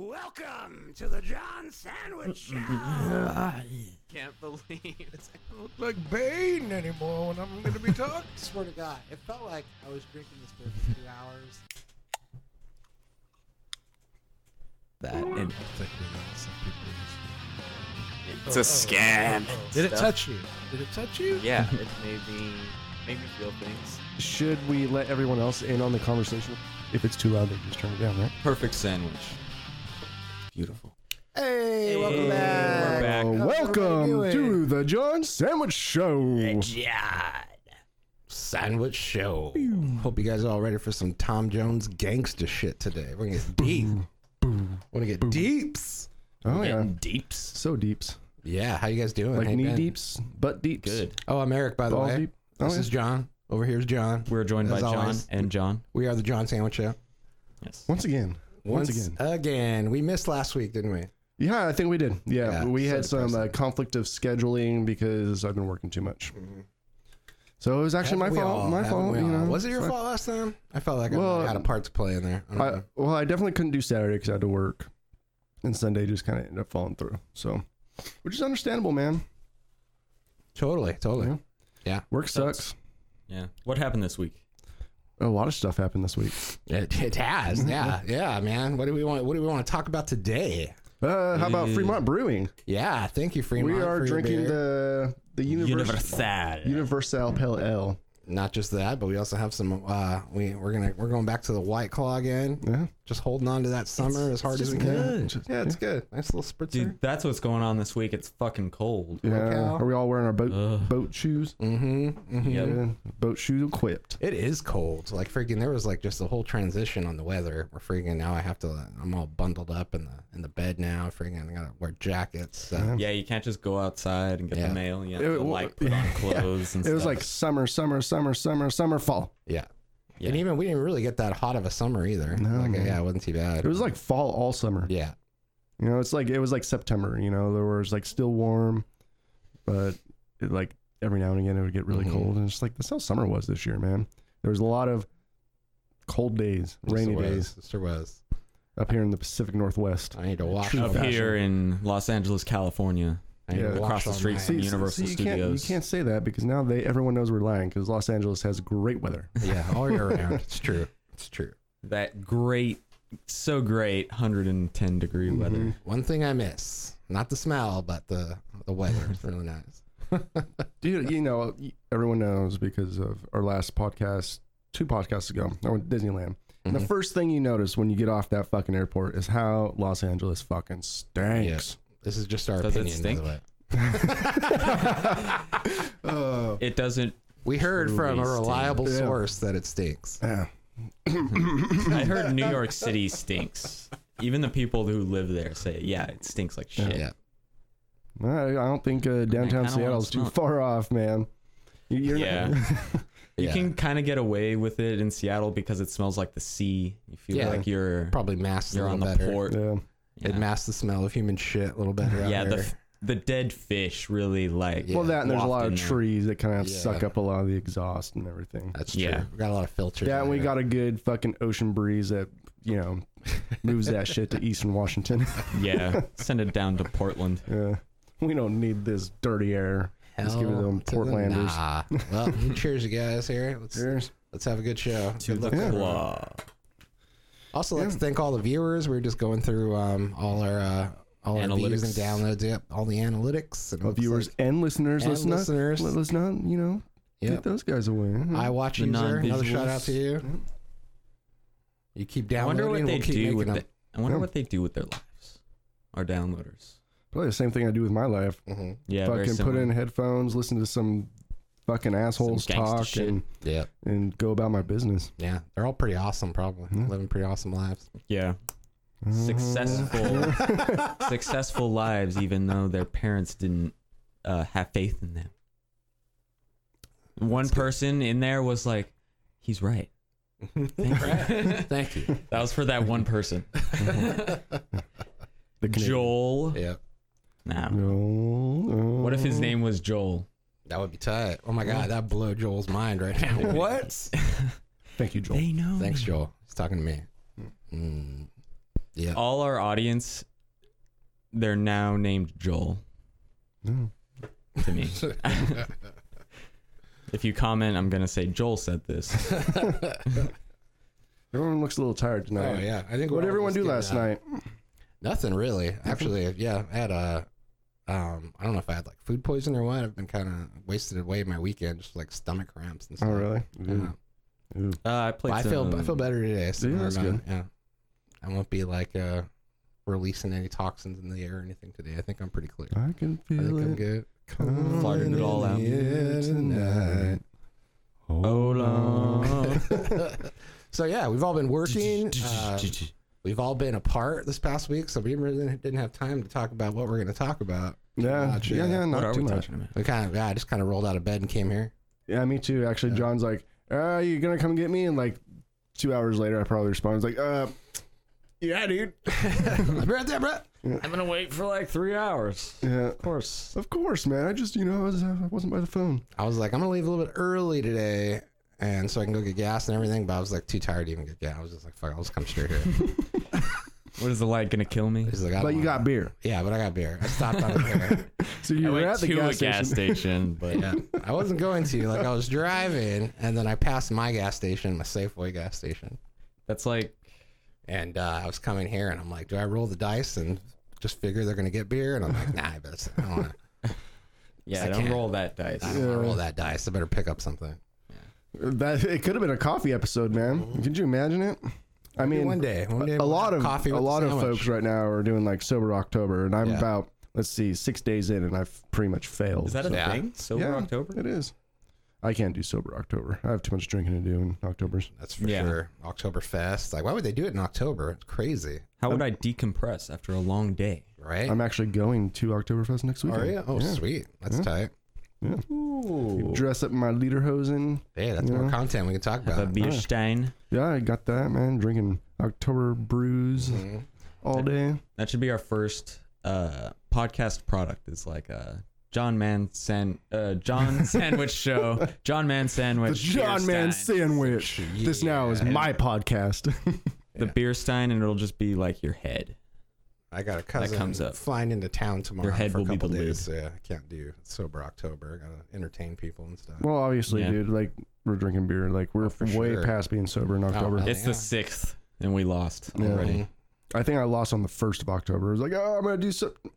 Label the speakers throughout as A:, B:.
A: Welcome to the John Sandwich Show.
B: Can't believe.
C: I don't look like Bane anymore when I'm going to be talking.
D: Swear to God, it felt like I was drinking this beer for two hours.
E: That and
C: Oh,
B: It's a scam.
C: Did it touch you? Did it touch you?
B: Yeah, it made me made me feel things.
C: Should we let everyone else in on the conversation? If it's too loud, they just turn it down, right?
E: perfect sandwich. Beautiful.
D: Hey,
C: Oh,
D: welcome back.
E: back.
C: Uh,
A: oh,
D: How's everybody
C: welcome
D: doing?
C: to the John Sandwich Show.
A: John Sandwich Show. Hope you guys are all ready for some Tom Jones gangster shit today. We're gonna get deep. We're gonna get deeps.
C: Oh, yeah.
A: Deeps.
C: So deeps.
A: Yeah, how you guys doing?
C: Like
A: How you
C: knee
A: been?
C: deeps, butt deeps.
E: Good.
A: Oh, I'm Eric, by the
C: Balls
A: way.
C: deep. Oh,
A: This
C: yeah.
A: is John. Over here is John.
E: We're joined
A: As
E: by John
A: always.
E: and John.
A: We are the John Sandwich Show.
E: Yes.
C: Once again. Once, again.
A: again. We missed last week, didn't we?
C: Yeah, I think we did. Yeah,
A: Yeah,
C: we
A: so
C: had some uh,
A: depressing.
C: conflict of scheduling because I've been working too much. So it was actually
A: Haven't Mm-hmm. we
C: my fault.
A: all?
C: my
A: Haven't
C: fault.
A: we
C: You
A: all?
C: know,
A: Was it your
C: Fuck.
A: fault last time? I felt like I
C: Well,
A: had a part to play in there. I don't
C: I,
A: know.
C: well, I definitely couldn't do Saturday because I had to work, and Sunday just kind of ended up falling through. So, which is understandable, man.
A: Totally, totally.
C: Yeah. Work
E: Sucks.
C: sucks.
E: Yeah. What happened this week?
C: A lot of stuff happened this week.
A: It, it has, yeah, yeah, man. What do we want? What do we want to talk about today?
C: Uh, how about
E: Yeah.
C: Fremont Brewing?
A: Yeah, thank you, Fremont.
C: we are
A: for your
C: drinking
A: beer.
C: the the Univers- Universal Pale Ale.
A: not just that, but we also have some. Uh, we we're gonna we're going back to the White Claw again.
C: Yeah,
A: Just holding on to that summer as hard as we can. Yeah, it's good. Nice little spritzer.
E: Dude, that's what's going on this week. It's fucking cold.
C: yeah.
A: Cal.
C: Are we all wearing our boat
E: Ugh.
C: boat shoes?
A: Mm-hmm, mm-hmm.
E: Yep.
C: Yeah, boat shoes equipped.
A: It is cold. Like freaking, there was like just a whole transition on the weather. We're freaking now. I have to. I'm all bundled up in the in the bed now. Freaking, I gotta wear jackets. So.
E: Yeah, you can't just go outside and get
A: Yeah.
E: the mail. You have
C: It
E: to
C: wa-
E: like put on clothes and
C: It
E: stuff.
C: was like summer, summer, summer, summer, summer, fall.
A: Yeah.
E: Yeah.
A: And even we didn't really get that hot of a summer either.
C: No,
A: like,
C: man.
A: yeah, it wasn't too bad.
C: It was like fall all summer.
A: yeah,
C: You know, it's like it was like September. You know, there was like still warm, but it, like every now and again it would get really
A: Mhm.
C: cold, and it's like that's how summer was this year, man. There was a lot of cold days,
A: Yes,
C: rainy
A: there was.
C: days
A: Yes, There was.
C: up here in the Pacific Northwest.
A: I need to wash.
C: True
A: all
E: up
A: my-
C: fashion.
E: here in Los Angeles, California.
A: I need to
C: yeah.
A: wash
E: Across the
A: all
E: street
A: my-
E: from you. Universal
C: you Can't, you
E: Studios.
C: can't say that because now they everyone knows we're lying because Los Angeles has great weather.
A: Yeah, all year round. It's true. It's true.
E: That great, so great 110 degree
C: Mm-hmm.
E: weather.
A: One thing I miss, not the smell, but the the weather. It's really nice.
C: Dude, you know, everyone knows because of our last podcast, two podcasts ago, I went to Disneyland. And the
E: Mm-hmm.
A: Mhm.
C: first thing you notice when you get off that fucking airport is how Los Angeles fucking stinks.
A: This is just our
E: Does it
A: opinion. by the
E: stink?
A: way.
C: Oh,
E: It doesn't.
A: We heard from a
E: Truly
A: reliable
C: stinks. Yeah.
A: source that it stinks.
C: yeah.
E: I heard New York City stinks. Even the people who live there say, "Yeah, it stinks like shit."
A: Yeah.
C: I I don't think uh, downtown
E: kinda wanna
C: Seattle's too
E: smell it.
C: far off, man. You- You're
E: Yeah.
C: Not,
E: You
A: Yeah.
E: can kind of get away with it in Seattle because it smells like the sea. You feel
A: Yeah.
E: like you're
A: Probably masks
E: you're
A: a
E: on
A: little
E: the
A: better.
E: port.
C: yeah.
E: Yeah,
A: It masks the smell of human shit a little better. out
E: Yeah, the
A: there.
E: f- the dead fish really like.
A: Yeah.
C: Well, that and there's a lot
E: Loft
C: of
E: in there.
C: trees that kind of
A: Yeah.
C: suck up a lot of the exhaust and everything.
A: that's true.
E: Yeah.
A: We got a lot of filters.
C: Yeah, and
A: out
C: we
A: there.
C: got a good fucking ocean breeze that, you know, moves that shit to eastern Washington.
E: Yeah, send it down to Portland.
C: Yeah. We don't need this dirty air. Let's give it to them
A: to the
C: Portlanders.
A: Nah. Well, cheers, you guys. Here, let's
C: Cheers.
A: let's have a good show. Good luck.
C: Yeah.
E: Claw.
A: Also, let's thank all the viewers. We are just going through um, all our uh, all our views and
E: Analytics.
A: downloads. Yep, all the analytics. And it
C: Well,
A: looks
C: viewers
A: like-
C: and listeners, mm-hmm.
A: and
C: let's
A: listeners.
C: not let- let's not, you know,
A: Yep.
C: get those guys away.
A: I watch
E: The
A: user. Another
E: non-visuals.
A: shout out to you. You keep
E: I
A: downloading.
E: wonder what they
A: we'll keep
E: do
A: making
E: with
A: them.
E: the, I wonder
C: Yeah.
E: what they do with their lives. Our downloaders.
C: Probably the same thing I do with my life.
A: Mhm.
E: Yeah, very
C: fucking put
E: similar.
C: in headphones, listen to some fucking assholes
E: gangsta
C: talk
E: shit.
C: and
A: Yeah,
C: and go about my business.
A: yeah. They're all pretty awesome. Probably
C: Yeah.
A: living pretty awesome lives.
E: Yeah. Successful, successful lives, even though their parents didn't uh, have faith in them. One person in there was like, "He's right." Thank you.
A: Thank you.
E: that was for that one person,
C: The Canadian-
E: Joel.
A: yeah,
E: Nah.
C: Joel, uh,
E: What if his name was Joel?
A: that would be tight. Oh my god, that blow Joel's mind right now. what?
C: Thank you, Joel.
E: They know.
A: Thanks,
E: me.
A: Joel. He's talking to me. Mm. Yeah.
E: all our audience, they're now named Joel
C: No.
E: to me. if you comment, I'm gonna say Joel said this.
C: Everyone looks a little tired tonight.
A: Oh yeah, I think
C: What
A: we're
C: did everyone
A: almost
C: do
A: getting,
C: last
A: uh,
C: night?
A: Nothing really. Actually, yeah, I had a. Um, I don't know if I had like food poisoning or what. I've been kind of wasted away my weekend, just like stomach cramps and stuff.
C: Oh really?
A: Yeah.
C: Ooh.
E: Uh, I
A: But
E: played.
A: I feel I feel
E: some-
A: better today. So
C: Yeah, that's
A: I'm, uh,
C: good.
A: Yeah, I won't be like uh, releasing any toxins in the air or anything today. I think I'm pretty clear.
C: I can
A: I think
C: feel
A: I'm
C: it.
A: good.
C: coming
E: Farted it all
C: in
E: out.
C: the air tonight. Oh.
E: Hold on.
A: so yeah, we've all been working. uh, we've all been apart this past week, so we really didn't have time to talk about what we're going to talk about.
C: Yeah,
A: Gotcha.
C: yeah, yeah. Not
E: what are
C: too
E: we
C: much.
E: talking about?
A: We kind of, yeah, I just kind of rolled out of bed and came here.
C: Yeah, me too. Actually,
A: Yeah.
C: John's like, "Uh, you gonna come get me?" And like two hours later, I probably respond. I was like, "Uh, yeah, dude.
A: I'll be right there, Brett.
E: I'm gonna wait for like three hours.
C: Yeah,
E: Of course.
C: of course, man. I just, you know, I was, I wasn't by the phone.
A: I was like, I'm gonna leave a little bit early today, and so I can go get gas and everything. But I was like too tired to even get gas. I was just like, fuck, I'll just come straight here.
E: What is the light gonna kill me?
A: He's like, I don't
C: But you
A: wanna-
C: got beer,
A: yeah, but I got beer. I stopped on a beer.
C: so you
E: I
C: were
E: went
C: at the
E: to
C: gas
E: a gas
C: station.
E: station, but
A: yeah, I wasn't going to. Like I was driving, and then I passed my gas station, my Safeway gas station,
E: that's like
A: and uh, I was coming here, and I'm like, do I roll the dice and just figure they're gonna get beer? And I'm like, nah, I better. I don't wanna,
E: yeah.
A: I
E: don't
A: can't.
E: roll that dice.
A: I don't wanna roll that dice. I better pick up something.
C: That it could have been a coffee episode, man. Could you imagine it? I mean,
A: Mm-hmm. one day, one day
C: a
A: we'll
C: lot
A: have
C: of
A: coffee.
C: a
A: with
C: lot of
A: sandwich.
C: folks right now are doing like sober October, and I'm
A: Yeah.
C: about let's see, six days in, and I've pretty much failed.
E: Is that a
A: Yeah.
E: thing? Sober
C: Yeah.
E: October?
C: It is. I can't do sober October. I have too much drinking to do in October's.
A: That's for
E: Yeah.
A: sure. Oktoberfest. Like, why would they do it in October? It's crazy,
E: How would I decompress after a long day?
A: right?
C: I'm actually going to Oktoberfest next week.
A: Oh, yeah. Oh,
C: yeah.
A: sweet. That's
C: Yeah.
A: tight.
E: Ooh.
C: Dress up in my Lederhosen.
A: Hey, that's more
C: Yeah.
A: content we can talk
E: Have a
A: about.
E: Bierstein.
C: Yeah, I got that, man. Drinking October brews
A: Mhm.
C: all day.
E: That should be our first uh, podcast product. Is like a John Man San uh, John Sandwich Show. John Man
C: The
E: Sandwich.
C: John
E: Bierstein.
C: Man Sandwich. This now is
A: Yeah.
C: my podcast.
E: The
A: Yeah.
E: Bierstein, and it'll just be like your head.
A: I got a cousin
E: comes up.
A: flying into town tomorrow
E: head
A: for a
E: will be
A: couple
E: the
A: days. Yeah, I can't do sober October. I gotta entertain people and stuff.
C: well, obviously,
E: Yeah.
C: dude, like we're drinking beer. Like we're
A: Oh, for
C: way
A: sure. Oh,
C: past being sober in October.
A: hell
E: It's
A: yeah.
E: the sixth, and we lost
C: Yeah.
E: already.
A: Mhm.
C: I think I lost on the first of October. I was like, oh, I'm gonna do something.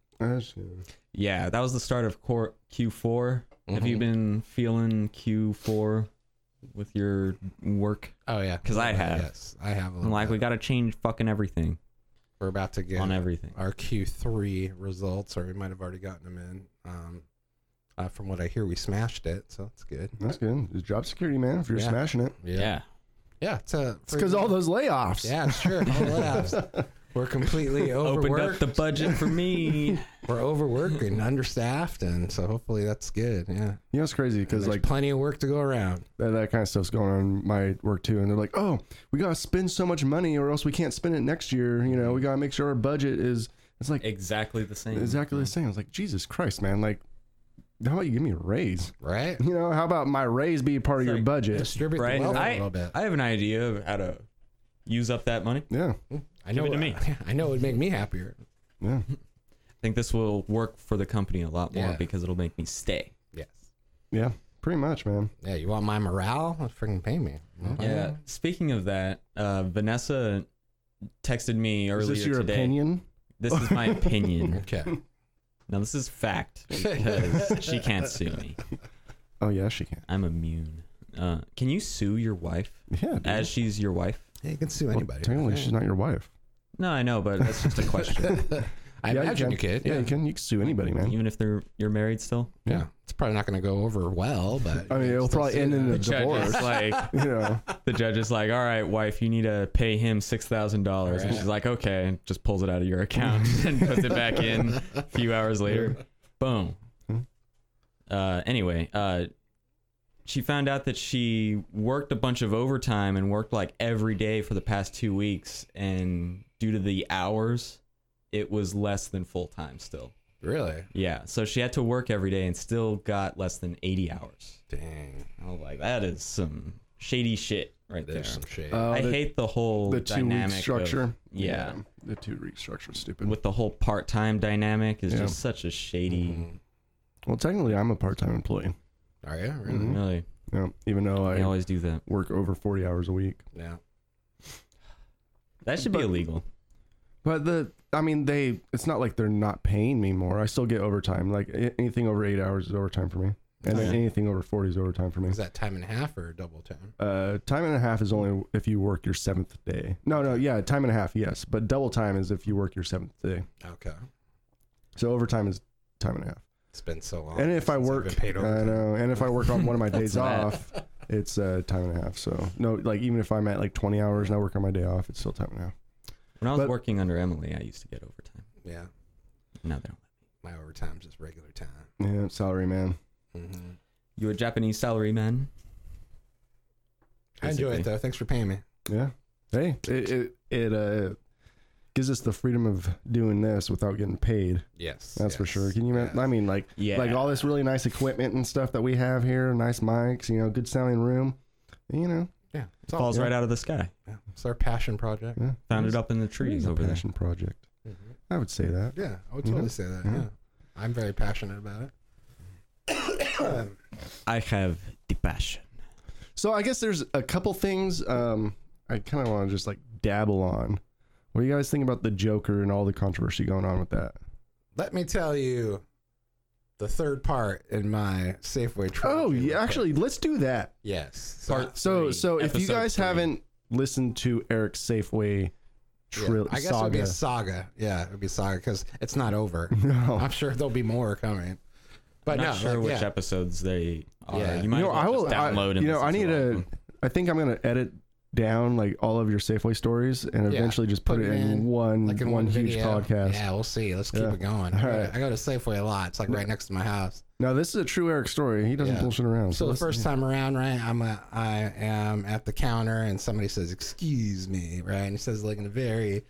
E: Yeah, that was the start of cor- Q4. Have you
A: Mhm.
E: been feeling Q4 with your work?
A: Oh yeah,
E: 'Cause I have.
A: Yes, I have. A
E: I'm
A: little
E: like,
A: bit.
E: we got to change fucking everything
A: We're about to get
E: on everything.
A: our Q3 results, or we might have already gotten them in. Um, uh, from what I hear, we smashed it, so that's good.
C: That's good. It's job security, man. If you're
A: Yeah.
C: smashing it,
E: Yeah.
A: yeah. It's a
C: it's because all those layoffs.
A: yeah, sure. all that. We're completely
E: Opened
A: overworked.
E: up the budget for me.
A: we're overworked and understaffed, and so hopefully that's good. Yeah,
C: You know, it's crazy because
A: there's
C: like
A: plenty of work to go around.
C: that, that kind of stuff's going on in my work too. And they're like, oh, we got to spend so much money or else we can't spend it next year. You know, we got to make sure our budget is, it's like
E: exactly the same.
C: exactly the same. I was like, Jesus Christ, man. Like, how about you give me a raise?
A: Right?
C: You know, how about my raise be part of
E: It's
C: your
E: like-
C: budget?
A: Distribute
E: Right.
A: the wealth
E: I-
A: a little bit.
E: I have an idea of how to use up that money.
C: Yeah.
A: I know
E: it to me.
A: I know it would make me happier.
C: Yeah.
E: I think this will work for the company a lot more
A: Yeah.
E: because it'll make me stay.
A: Yes.
C: Yeah. Pretty much, man.
A: Yeah. You want my morale? Well, freaking pay me. Well,
E: Yeah. Uh, Speaking of that, uh, Vanessa texted me earlier
C: Is this your
E: today.
C: opinion?
E: This is my opinion.
A: Okay.
E: Now this is fact because she can't sue me.
C: Oh, yeah, she can.
E: I'm immune. Uh, can you sue your wife
C: Yeah. dude.
E: as she's your wife?
A: Yeah, you can sue
C: Well,
A: anybody.
C: technically, she's not your wife.
E: No, I know, but that's just a question.
A: I
C: Yeah,
A: imagine you could.
C: Yeah, you can. You can sue anybody, man.
E: Even if they're you're married still.
A: Yeah. It's probably not going to go over well, but
C: I mean, it'll probably end in a divorce.
E: like,
C: you know,
E: the judge is like, "All right, wife, you need to pay him six thousand dollars," and she's like, "Okay," and just pulls it out of your account and puts it back in. A few hours later, boom.
C: Hmm.
E: Uh, anyway, uh, she found out that she worked a bunch of overtime and worked like every day for the past two weeks, and due to the hours, it was less than full time still.
A: really.
E: Yeah, so she had to work every day and still got less than eighty hours.
A: Dang.
E: I was like, that is some shady shit right there.
A: There's some shade.
C: Uh,
E: I
C: the-
E: hate the whole
C: the two week
E: dynamic
C: structure.
E: of- yeah.
C: the two week structure, stupid.
E: with the whole part-time dynamic is
C: Yeah.
E: just such a shady.
A: Mhm.
C: well, technically, I'm a part time employee.
A: Are you really?
C: Mhm.
E: Really,
C: Yeah, even though I
E: they always do that.
C: work over 40 hours a week.
A: Yeah.
E: That should be
C: But-
E: illegal.
C: But the, I mean, they. It's not like they're not paying me more. I still get overtime. Like a- anything over eight hours is overtime for me, and
E: Yeah.
C: anything over 40 is overtime for me.
A: Is that time and a half or double time?
C: Uh, time and a half is only if you work your seventh day. No, no, yeah, time and a half, yes, but double time is if you work your seventh day.
A: Okay.
C: So overtime is time and a half.
A: It's been so long.
C: And if I
A: since I've
C: work,
A: been
C: I
A: paid overtime.
C: know, and if I work on one of my days
E: bad.
C: off, it's uh, time and a half. So no, like even if I'm at like 20 hours and I work on my day off, it's still time and a half.
E: When I was
C: But-
E: working under Emily, I used to get overtime.
A: Yeah.
E: Now they don't.
A: My overtime's just regular time.
C: Yeah, salary man.
A: hmm
E: You a Japanese salary man?
A: I enjoy
E: Basically.
A: it though. Thanks for paying me.
C: Yeah. Hey, it it, it uh, gives us the freedom of doing this without getting paid.
A: Yes.
C: That's for
A: yes,
C: sure. Can you? ma-
A: yes.
C: I mean, like,
E: Yeah.
C: like all this really nice equipment and stuff that we have here, nice mics, you know, good sounding room. You know,
A: Yeah. It's all,
E: falls
A: yeah.
E: right out of the sky.
A: It's our passion project.
C: yeah.
E: Found it up in the trees over there.
C: passion project.
A: Mhm.
C: I would say that.
A: Yeah, I would
C: Mhm.
A: totally say that.
C: Mhm.
A: Yeah, I'm very passionate about it.
E: I have the passion.
C: So I guess there's a couple things um, I kind of want to just like dabble on. What do you guys think about the Joker and all the controversy going on with that?
A: Let me tell you, the third part in my Safeway trilogy.
C: Oh,
A: real
C: yeah,
A: quick.
C: actually, let's do that.
A: yes. So,
E: Part
C: So,
E: three,
C: so if you
E: episode
C: guys
E: three.
C: haven't listened to Eric's Safeway
A: yeah,
C: tril-
A: I guess it'd be
C: saga,
A: a saga. Yeah, it'd be a saga because it's not over.
C: no,
A: I'm sure there'll be more coming. But
E: not
A: no,
E: sure
A: like,
E: which
A: yeah.
E: episodes they are.
A: Yeah.
E: You might
C: You know,
E: as well
C: I will-
E: just
C: I-
E: download and
C: you know,
E: listen
C: I need
E: to all of
C: to-
E: them.
C: I think I'm gonna edit down like all of your Safeway stories and
A: Yeah,
C: eventually just put,
A: put
C: it
A: it
C: in
A: in,
C: one
A: like in
C: one,
A: one,
C: huge
A: video.
C: podcast.
A: Yeah, we'll see. Let's keep
C: Yeah.
A: it going.
C: All
A: I go-
C: right.
A: I go to Safeway a lot. It's like right next to my house.
C: Now this is a true Eric story. He doesn't
A: Yeah.
C: bullshit around.
A: So the
C: let's-
A: first time around, right, I'm a, I am at the counter and somebody says, "Excuse me," right, and he says like in a very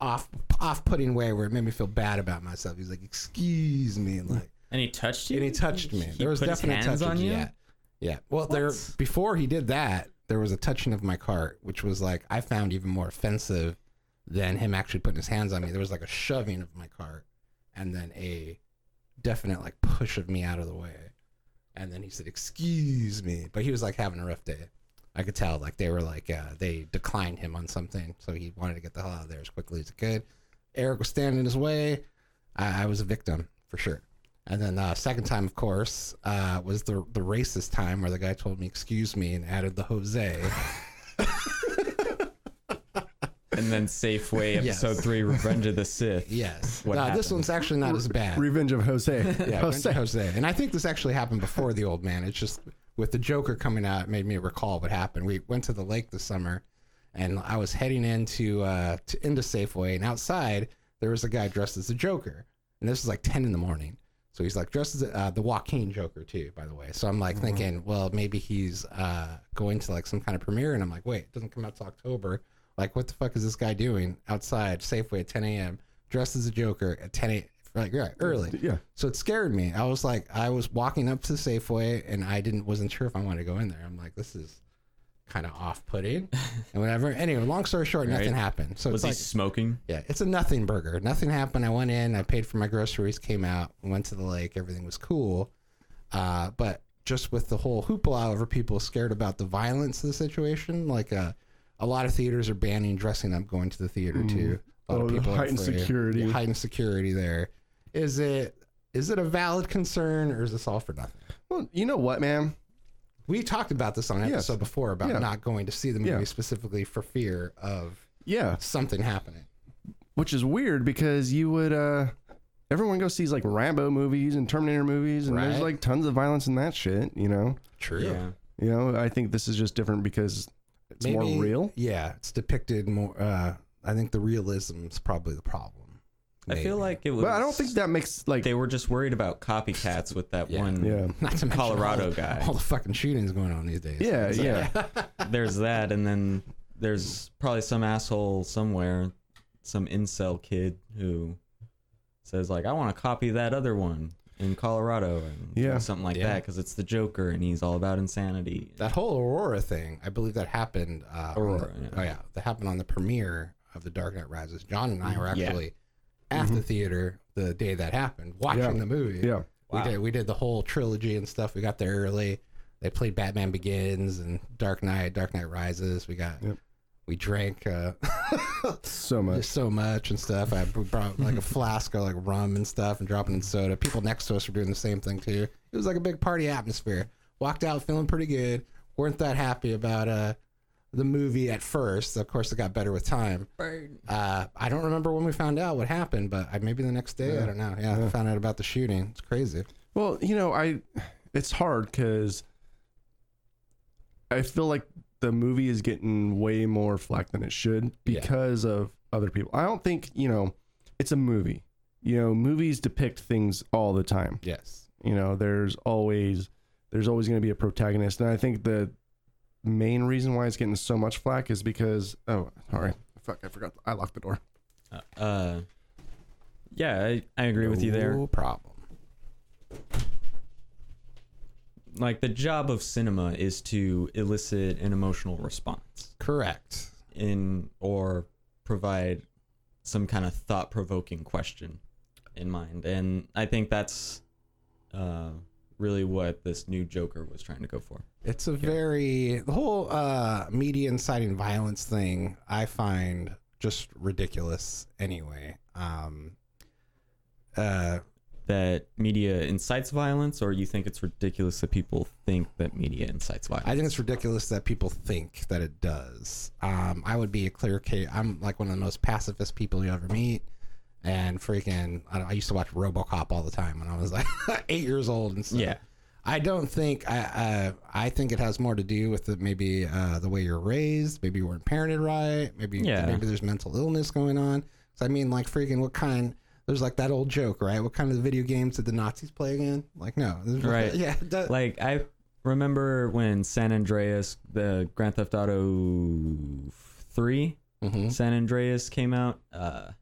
A: off off putting way where it made me feel bad about myself. He's like, "Excuse me," and like,
E: And he touched you.
A: and he touched me.
E: He
A: there was
E: put his
A: definitely
E: hands
A: touching.
E: on you?
A: Yeah, yeah. Well, there
E: What?
A: before he did that, there was a touching of my cart, which was like I found even more offensive than him actually putting his hands on me. There was like a shoving of my cart, and then a definite like push of me out of the way. And then he said, "Excuse me," but he was like having a rough day. I could tell, like they were like uh, they declined him on something, so he wanted to get the hell out of there as quickly as he could. Eric was standing in his way. I, I was a victim for sure. And then uh, second time, of course, uh, was the the racist time where the guy told me "excuse me" and added the Jose.
E: And then Safeway
A: Yes.
E: episode three, Revenge of the Sith.
A: Yes,
E: What
A: no, this
E: happened?
A: one's actually not as bad.
C: Revenge of Jose.
A: yeah, Jose.
C: Jose.
A: Jose. And I think this actually happened before the old man. It's just with the Joker coming out, it made me recall what happened. We went to the lake this summer, and I was heading into uh, to, into Safeway, and outside there was a guy dressed as the Joker, and this is like ten in the morning. So he's like dressed as uh, the Joaquin Joker too, by the way. So I'm like thinking, well, maybe he's uh, going to like some kind of premiere, and I'm like, wait, it doesn't come out till October. Like, what the fuck is this guy doing outside Safeway at 10 a.m. dressed as a Joker at 10 a.m. Like, yeah, early.
C: Yeah.
A: So it scared me. I was like, I was walking up to Safeway and I didn't wasn't sure if I wanted to go in there. I'm like, this is kind of off putting and whatever. Anyway, long story short,
E: Right.
A: nothing happened. So
E: Was
A: it's
E: he
A: like,
E: smoking?
A: yeah, it's a nothing burger. Nothing happened. I went in, I paid for my groceries, came out, went to the lake. Everything was cool. Uh, but just with the whole hoopla over people scared about the violence of the situation, like uh, a lot of theaters are banning dressing up going to the theater too. A lot
C: Oh,
A: of
C: the
A: people are
C: heightened
A: afraid.
C: security.
A: Yeah, heightened security there. Is it is it a valid concern or is this all for nothing?
C: Well, you know what, man?
A: We talked about this on an
C: Yes.
A: episode before about
C: Yeah.
A: not going to see the movie
C: Yeah.
A: specifically for fear of
C: Yeah,
A: something happening.
C: which is weird because you would uh everyone goes sees like Rambo movies and Terminator movies and there's
A: Right.
C: like tons of violence in that shit, you know.
A: True.
C: You know, I think this is just different because it's more real.
A: Yeah, it's depicted more. Uh, I think the realism is probably the problem.
E: I feel
A: Maybe.
E: like it was.
C: But I don't think that makes like
E: they were just worried about copycats with that
A: Yeah.
E: one.
C: yeah.
A: not to mention
E: Colorado
A: all, the-
E: guy.
A: All the fucking shootings going on these days. uh,
C: Yeah, yeah.
E: There's that, and then there's probably some asshole somewhere, some incel kid who says like, "I want to copy that other one." in Colorado and
C: Yeah.
E: something like
A: Yeah.
E: that because it's the Joker and he's all about insanity.
A: That whole Aurora thing, I believe that happened. Uh, on the-
E: Aurora, yeah.
A: Oh yeah, that happened on the premiere of The Dark Knight Rises. John and
C: Mm-hmm.
A: I were
E: Yeah.
A: actually at the theater the day that happened, watching
C: Yeah.
A: the movie.
C: Yeah.
A: We
E: Wow.
A: did we did the whole trilogy and stuff. We got there early. They played Batman Begins and Dark Knight, Dark Knight Rises. We got
C: Yep.
A: we drank uh,
C: So much.
A: just so much and stuff. I br- brought like a flask of like rum and stuff and dropping in soda. People next to us were doing the same thing too. It was like a big party atmosphere. Walked out feeling pretty good. weren't that happy about uh the movie at first. Of course, it got better with time. Uh, I don't remember when we found out what happened, but I, maybe the next day. I don't know. Yeah, I found out about the shooting. It's crazy.
C: Well, you know, I it's hard because I feel like the movie is getting way more flack than it should
A: Yeah.
C: because of other people. I don't think you know it's a movie. You know, movies depict things all the time.
A: Yes.
C: You know, there's always there's always going to be a protagonist, and I think the main reason why it's getting so much flack is because oh, sorry, fuck, I forgot, I locked the door.
E: Uh, uh, yeah, I, I agree with you there.
A: No problem.
E: Like the job of cinema is to elicit an emotional response.
A: Correct.
E: in or provide some kind of thought provoking question in mind. And I think that's uh, really what this new Joker was trying to go for.
A: It's a very the whole uh, media inciting violence thing. I find just ridiculous. Anyway, um, uh,
E: That media incites violence, or you think it's ridiculous that people think that media incites violence?
A: I think it's ridiculous that people think that it does. Um, I would be a clear case. I'm like one of the most pacifist people you ever meet. And freaking, I, don't, I used to watch RoboCop all the time when I was like eight years old and stuff.
E: Yeah.
A: I don't think I, I I think it has more to do with the, maybe uh, the way you're raised, maybe you weren't parented right, maybe
E: Yeah.
A: maybe there's mental illness going on. 'Cause I mean, like freaking, what kind? There's like that old joke, right? What kind of video games did the Nazis play again? Like no,
E: Right.
A: Yeah, that-
E: like I remember when San Andreas, the Grand Theft Auto three,
A: Mhm.
E: San Andreas came out, uh,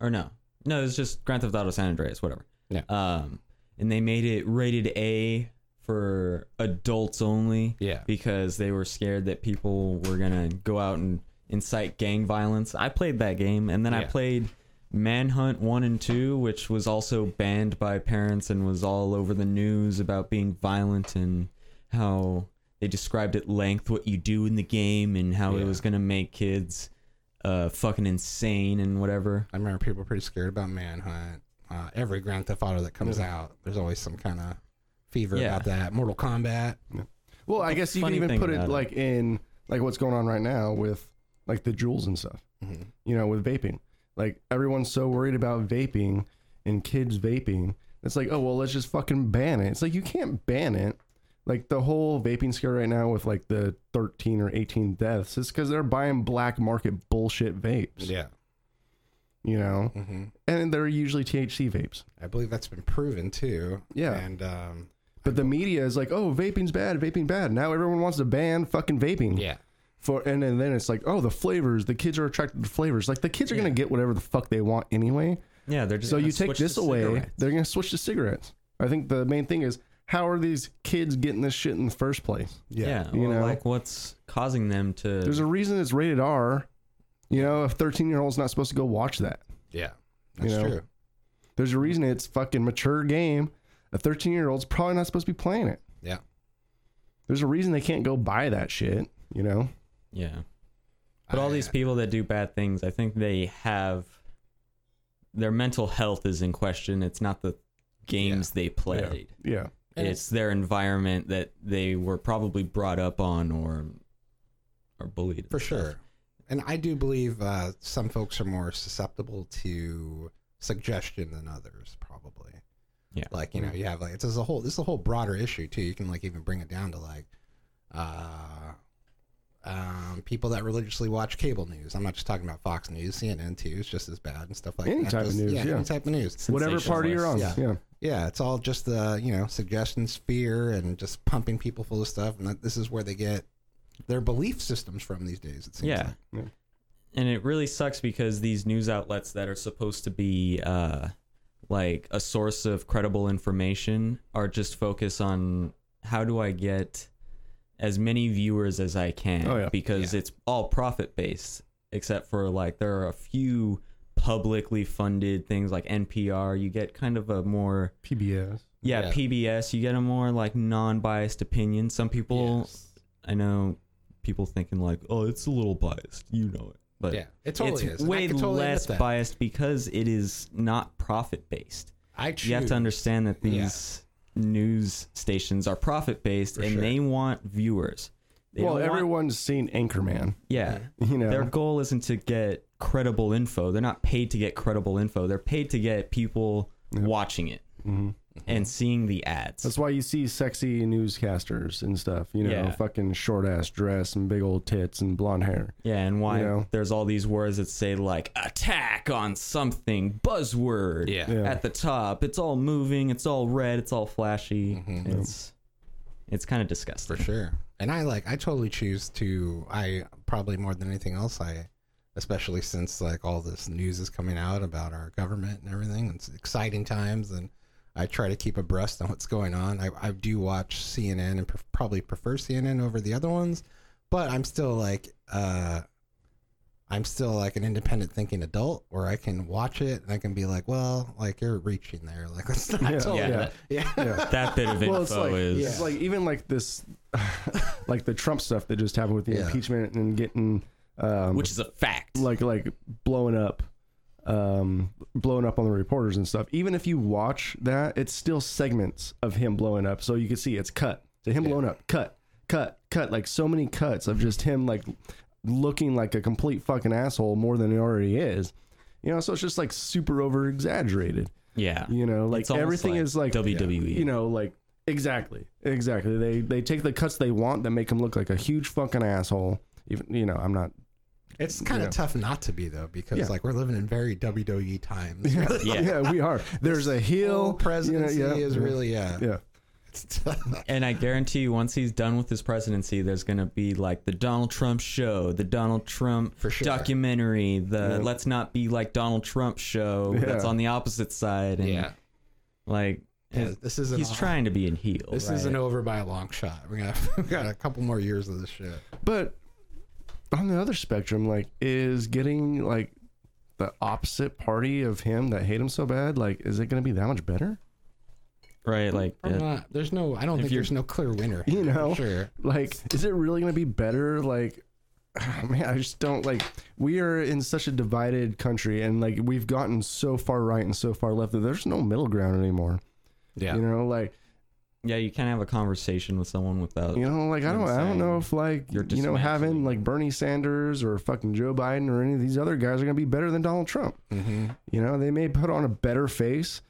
E: or no, no, it was just Grand Theft Auto San Andreas, whatever.
A: Yeah.
E: Um, and they made it rated A for adults only
A: yeah.
E: because they were scared that people were gonna go out and incite gang violence. I played that game, and then I
A: Yeah.
E: played Manhunt One and Two, which was also banned by parents and was all over the news about being violent and how they described at length what you do in the game and how it
A: Yeah.
E: was gonna make kids uh, fucking insane and whatever.
A: I remember people were pretty scared about Manhunt. Uh, every Grand Theft Auto that comes out, there's always some kind of fever
E: Yeah.
A: about that. Mortal Kombat.
C: Well, I guess you can
E: funny
C: even
E: thing
C: put it
E: about it-
C: like in like what's going on right now with like the jewels and stuff.
E: Mm-hmm.
A: Mhm.
C: You know, with vaping. Like everyone's so worried about vaping and kids vaping. It's like, oh well, let's just fucking ban it. It's like you can't ban it. Like the whole vaping scare right now with like the 13 or 18 deaths is because they're buying black market bullshit vapes.
A: Yeah.
C: You know,
A: hmm
C: and they're usually THC vapes.
A: I believe that's been proven too.
C: Yeah.
A: And um,
C: But the media is like, oh, vaping's bad, vaping bad. Now everyone wants to ban fucking
E: Mm.
C: vaping.
A: yeah,
C: for and, and then it's like oh the flavors the kids are attracted to flavors like the kids are gonna get whatever the fuck they want anyway
E: Yeah, they're just
C: so
E: gonna
C: you take
E: switch to
C: this away
E: cigarettes.
C: they're gonna switch to cigarettes i think the main thing is how are these kids getting this shit in the first place
E: Yeah,
C: you
E: or
C: know?
E: like what's causing them to?
C: there's a reason it's rated r you know a 13 year old's not supposed to go watch that
A: yeah, that's
C: know,
A: true.
C: there's a reason it's fucking mature game a 13 year old's probably not supposed to be playing it
A: Yeah.
C: there's a reason they can't go buy that shit you know
E: yeah. But all
A: uh,
E: these people that do bad things, I think they have their mental health is in question. It's not the games they played.
C: yeah
A: And
E: It's their environment that they were probably brought up on or or bullied. and
A: for
E: stuff.
A: sure. And I do believe uh, some folks are more susceptible to suggestion than others, probably.
E: Yeah.
A: Like you know, you have like it's a whole this is a whole broader issue too. You can like even bring it down to like uh, um, people that religiously watch cable news. I'm not just talking about Fox News, CNN too. It's just as bad and stuff like
C: Any
A: that.
C: type of
A: Just-
C: news, yeah.
A: any type of news.
C: whatever party you're on
A: Yeah.
C: yeah.
A: Yeah, it's all just the you know suggestions, fear, and just pumping people full of stuff. And that, this is where they get their belief systems from these days. It seems
E: Yeah.
A: like.
E: and it really sucks because these news outlets that are supposed to be uh, like a source of credible information or just focus on how do I get as many viewers as I can
C: Oh, yeah.
E: because it's all profit based except for like there are a few publicly funded things like NPR you get kind of a more
C: PBS.
E: yeah,
A: Yeah.
E: PBS you get a more like non-biased opinion some people
A: Yes.
E: I know people thinking like oh it's a little biased you know it but
A: yeah, it totally
E: it's
A: is. and I
E: way
A: can totally admit
E: less
A: that.
E: biased because it is not profit based.
A: I choose.
E: You have to understand that
A: Yeah.
E: these news stations are profit based
A: For
E: and
A: sure.
E: they want viewers. They
C: well,
E: don't want-
C: everyone's seen Anchorman.
E: yeah.
C: You know,
E: Their goal isn't to get credible info. They're not paid to get credible info. They're paid to get people watching it
A: Mm-hmm.
C: Mhm.
E: and seeing the ads.
C: that's why you see sexy newscasters and stuff. You know,
E: Yeah.
C: fucking short ass dress and big old tits and blonde hair.
E: yeah, and why
C: you know.
E: there's all these words that say like attack on something buzzword.
A: Yeah.
C: Yeah.
E: at the top. It's all moving. It's all red. It's all flashy. It's it's kind of disgusting.
A: Mm-hmm. for sure. And I like I totally choose to I probably more than anything else I especially since like all this news is coming out about our government and everything. It's exciting times and I try to keep abreast on what's going on. I, I do watch CNN and pref- probably prefer CNN over the other ones, but I'm still like uh I'm still like an independent thinking adult where I can watch it and I can be like, well, like you're reaching there. Like let's not
C: Yeah,
A: totally-
E: yeah.
A: yeah.
C: Yeah.
E: That bit of info
C: well, it's like
E: is
C: it's like even like this, like the Trump stuff that just happened with the
A: Yeah.
C: impeachment and getting, um,
E: which is a fact.
C: like like blowing up um blowing up on the reporters and stuff even if you watch that it's still segments of him blowing up so you can see it's cut to him blowing up cut cut cut like so many cuts of just him like looking like a complete fucking asshole more than he already is you know so it's just like super over exaggerated
E: yeah.
C: you know like
E: It's almost
C: everything
E: like E.
C: is like
E: WWE.
C: you know like exactly exactly they they take the cuts they want that make him look like a huge fucking asshole even you know i'm not
A: It's kind of
C: Yeah.
A: tough not to be though, because
C: Yeah.
A: like we're living in very WWE times.
E: Yeah.
C: yeah. we are. There's a heel
A: Hill presidency
C: you know,
A: is really yeah.
C: yeah.
A: It's tough.
E: And I guarantee you, once he's done with his presidency, there's gonna be like the Donald Trump show, the Donald Trump
A: For sure.
E: documentary, the
C: Yeah.
E: Let's Not Be Like Donald Trump show that's
C: Yeah.
E: on the opposite side, and like
A: Yeah, this isn't.
E: he's
A: all-
E: trying to be in heel.
A: This
E: right?
A: isn't over by a long shot. We got we got a couple more years of this shit.
C: But on the other spectrum, like, is getting like the opposite party of him that hate him so bad, like, is it going to be that much better?
E: right. Like
A: I'm
E: uh,
A: not- there's no. I don't
E: If
A: think
E: you're-
A: there's no clear winner.
C: You
A: here, for
C: know?
A: sure.
C: Like, is it really going to be better? Like, man, I just don't like. We are in such a divided country, and like, we've gotten so far right and so far left that there's no middle ground anymore.
A: Yeah.
C: You know, like,
E: yeah, you can't have a conversation with someone without
C: You know, like
E: You know
C: I don't,
E: what I'm
C: I don't know
E: saying?
C: if like
E: You're
C: you know having
E: dismantling.
C: like Bernie Sanders or fucking Joe Biden or any of these other guys are gonna be better than Donald Trump.
A: hmm
C: You know, they may put on a better face.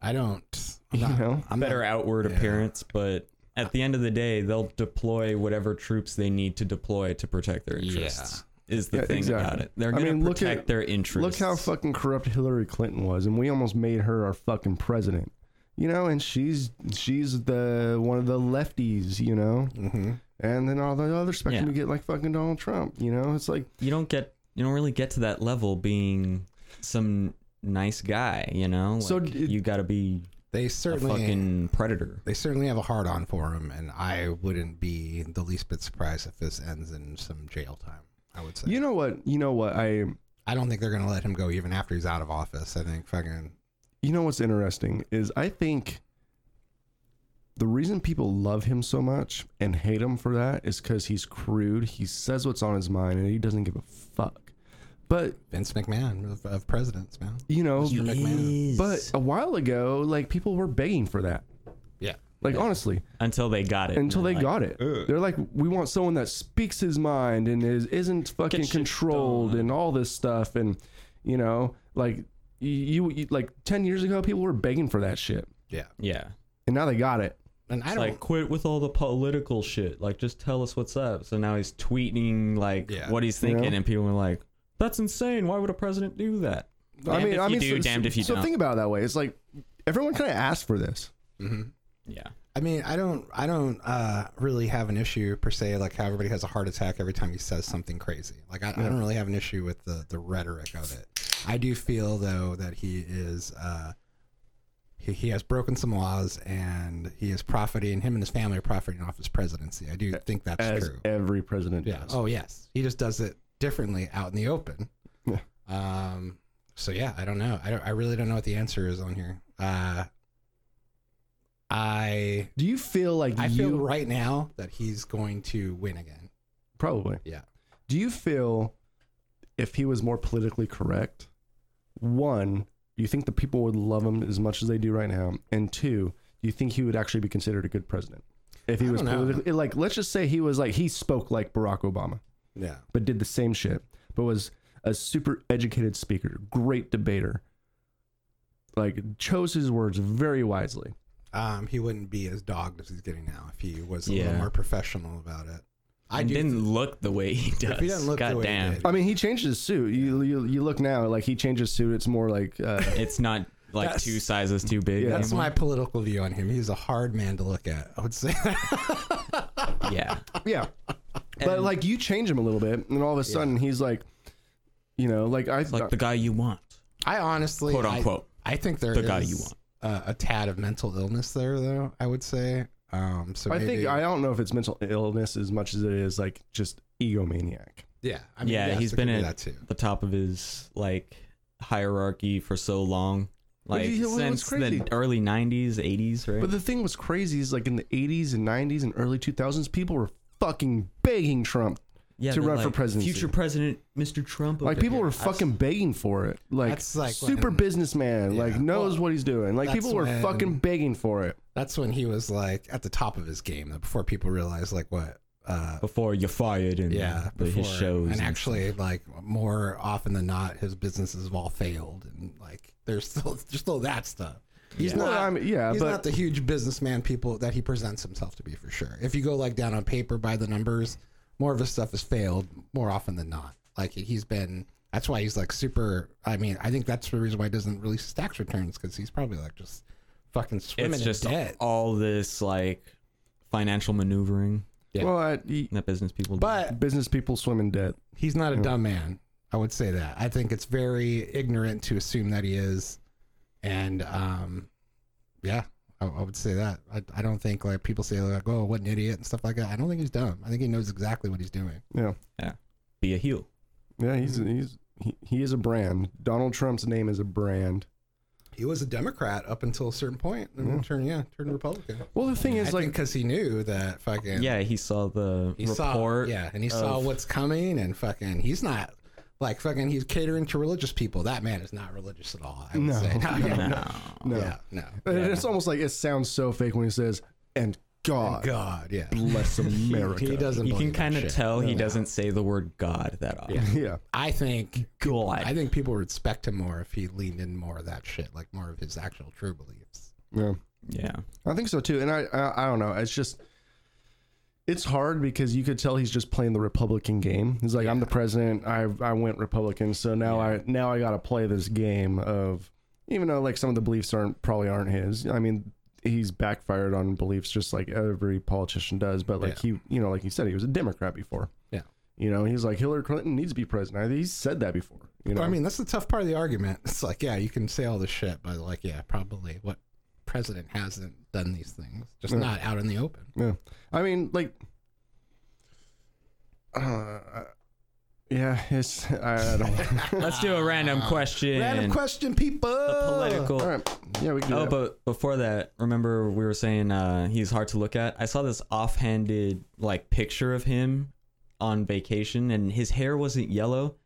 A: I don't. I'm
C: You
A: not,
C: know,
A: I'm
E: better
A: Not,
E: outward
A: yeah.
E: appearance, but at the end of the day, they'll deploy whatever troops they need to deploy to protect their
A: Yeah.
E: interests. Is the
C: Yeah,
E: thing about
C: exactly.
E: it? They're
C: I
E: going
C: mean,
E: to
C: look
E: protect
C: at-
E: their interests.
C: look how fucking corrupt Hillary Clinton was, and we almost made her our fucking president. You know, and she's she's the one of the lefties. You know,
A: Mhm.
C: and then all the other spectrum
E: Yeah.
C: you get like fucking Donald Trump. You know, it's like
E: you don't get you don't really get to that level being some nice guy. You know, like,
C: So d-
E: you got to be
A: They
E: a
A: certainly.
E: fucking predator.
A: they certainly have a hard on for him, and I wouldn't be the least bit surprised if this ends in some jail time. I would say.
C: you know what you know what I
A: I don't think they're gonna let him go even after he's out of office. I think fucking
C: you know what's interesting is I think the reason people love him so much and hate him for that is because he's crude. He says what's on his mind and he doesn't give a fuck. But
A: Vince McMahon of, of presidents, man.
C: you know,
A: Mr. McMahon.
C: Oh, but a while ago, like people were begging for that.
A: Yeah.
C: Like honestly,
E: until they got it.
C: until
E: and
C: they
E: they're like,
C: got it, they're like, we want someone that speaks his mind and is isn't fucking
E: shit
C: controlled and all this stuff. And you know, like you, you like ten years ago, people were begging for that shit,
A: Yeah.
E: Yeah,
C: and now they got it.
A: And I
E: it's
A: don't
E: like quit with all the political shit. Like just tell us what's up. So now he's tweeting like
A: Yeah.
E: what he's thinking,
C: Yeah.
E: and people are like, "That's insane. Why would a president do that?"
C: I
E: Damned
C: mean,
E: if
C: I
E: you
C: mean,
E: do,
C: so,
E: damned
C: so-
E: if you
C: so
E: don't.
C: think about it that way. It's like everyone kind of asked for this.
E: Yeah.
A: I mean, I don't, I don't uh, really have an issue per se, like how everybody has a heart attack every time he says something crazy. Like I, I don't really have an issue with the the rhetoric of it. I do feel though that he is uh, he, he has broken some laws and he is profiting. Him and his family are profiting off his presidency. I do think that's
C: as
A: true.
C: every president
A: Yeah.
C: does.
A: Oh yes. He just does it differently out in the open.
C: Yeah.
A: Um. So yeah, I don't know. I don't, I really don't know what the answer is on here. Uh. I
C: Do you feel like
A: I
C: you
A: feel right now that he's going to win again.
C: probably?
A: Yeah.
C: Do you feel if he was more politically correct, one, do you think the people would love him as much as they do right now? And two, do you think he would actually be considered a good president? If he
A: I
C: was
A: don't know.
C: politically like let's just say he was like he spoke like Barack Obama,
A: Yeah.
C: but did the same shit, but was a super educated speaker, great debater. Like chose his words very wisely.
A: Um. He wouldn't be as dogged as he's getting now if he was a
E: Yeah.
A: little more professional about it. I
E: and
A: do
E: didn't look the way he does.
A: If he didn't look
E: God
A: the way he
E: damn.
A: did.
C: I mean, he changed his suit. You you, you look now like he changed his suit. It's more like uh,
E: It's not like
A: That's-
E: two sizes too big.
C: Yeah.
A: That's
E: anymore.
A: my political view on him. He's a hard man to look at. I would say.
E: yeah.
C: yeah. But
E: And
C: like you change him a little bit, and all of a sudden he's like, you know, like I
E: it's like the guy you want,
A: I honestly,
E: quote
A: I-
E: unquote.
A: I think there is
E: the guy you want.
A: Uh, a tad of mental illness there, though. I would say. Um, so
C: I think
A: maybe-
C: I don't know if it's mental illness as much as it is like just egomaniac.
A: yeah, I
E: Yeah,
A: yes,
E: he's
A: it
E: been
A: could be
E: in-
A: that too.
E: the top of his like hierarchy for so long.
C: But
E: Like
C: you know what was
E: since
C: crazy?
E: the early '90s, '80s, right?
C: But the thing was crazy is like in the 80s and 90s and early 2000s, people were fucking begging Trump.
E: yeah,
C: to
E: they're
C: run for presidency.
E: Future president, Mr. Trump.
C: Like people were fucking begging for it. Like,
A: That's like
C: super
A: when-
C: businessman,
A: Yeah.
C: like knows what he's doing. Like
A: that's
C: people were
A: when-
C: fucking begging for it.
A: That's when he was like at the top of his game, though, before people realized like what. Uh,
E: before you fired and
A: yeah,
E: the,
A: before,
E: his shows
A: and
E: stuff.
A: actually, like more often than not, his businesses have all failed, and like there's still there's still that stuff. He's
E: Yeah.
A: not.
C: Well, I mean,
E: Uh,
C: yeah,
A: he's
C: but
A: not the huge businessman people that he presents himself to be for sure. If you go like down on paper by the numbers, more of his stuff has failed more often than not. Like he's been that's why he's like super I mean, I think that's the reason why he doesn't release his tax returns cuz he's probably like just fucking swimming
E: it's just
A: in debt.
E: all this like financial maneuvering
A: yeah.
C: well, I, he-
E: that business people. do.
A: but
C: business people swim in debt.
A: he's not a dumb man. I would say that. I think it's very ignorant to assume that he is and um yeah, I, I would say that. I, I don't think like people say like, "Oh, what an idiot" and stuff like that. I don't think he's dumb. I think he knows exactly what he's doing.
C: Yeah,
E: be a heel.
C: yeah, he's
A: Mm-hmm.
C: he's he, he is a brand. Donald Trump's name is a brand.
A: he was a Democrat up until a certain point, and then
C: Yeah.
A: turned yeah, turned Republican.
C: Well, the thing
A: I
C: is,
A: think
C: like,
A: 'cause because he knew that
E: Yeah,
A: fucking
E: he saw the
A: he
E: report.
A: saw yeah, and he saw
E: of-
A: what's coming, and fucking he's not like fucking he's catering to religious people. That man is not religious at all. I would
C: No.
A: say no,
C: No.
A: yeah, no,
E: No.
C: No.
A: yeah, no.
C: And It's almost like it sounds so fake when he says, "And God,
A: God, yeah,
C: bless America."
A: he doesn't.
E: You can kind of
A: tell.
E: tell he
C: No.
E: doesn't say the word God that often.
C: Yeah,
A: I think
E: God.
A: I think people would respect him more if he leaned in more of that shit, like more of his actual true beliefs.
C: yeah,
E: yeah.
C: I think so too. And I, I, I don't know. It's just, it's hard because you could tell he's just playing the Republican game. He's like, "I'm the president. I, I went Republican, so now I, now I got to play this game of, even though like some of the beliefs aren't probably aren't his. I mean." He's backfired on beliefs just like every politician does, but like he, you know, like you said, he was a Democrat before.
A: Yeah.
C: You know, he's like Hillary Clinton needs to be president. I think he's said that before. You know,
A: I mean, that's the tough part of the argument. It's like, yeah, you can say all this shit, but like, yeah, probably what president hasn't done these things, just
C: Yeah.
A: not out in the open.
C: Yeah. I mean, like, uh, yeah, it's, I, I don't.
E: Let's do a random question.
A: Ah. Random question, people.
E: The political.
C: All right. Yeah, we can do
E: Oh,
C: that.
E: but before that, remember we were saying uh, he's hard to look at. I saw this offhanded like picture of him on vacation, and his hair wasn't yellow.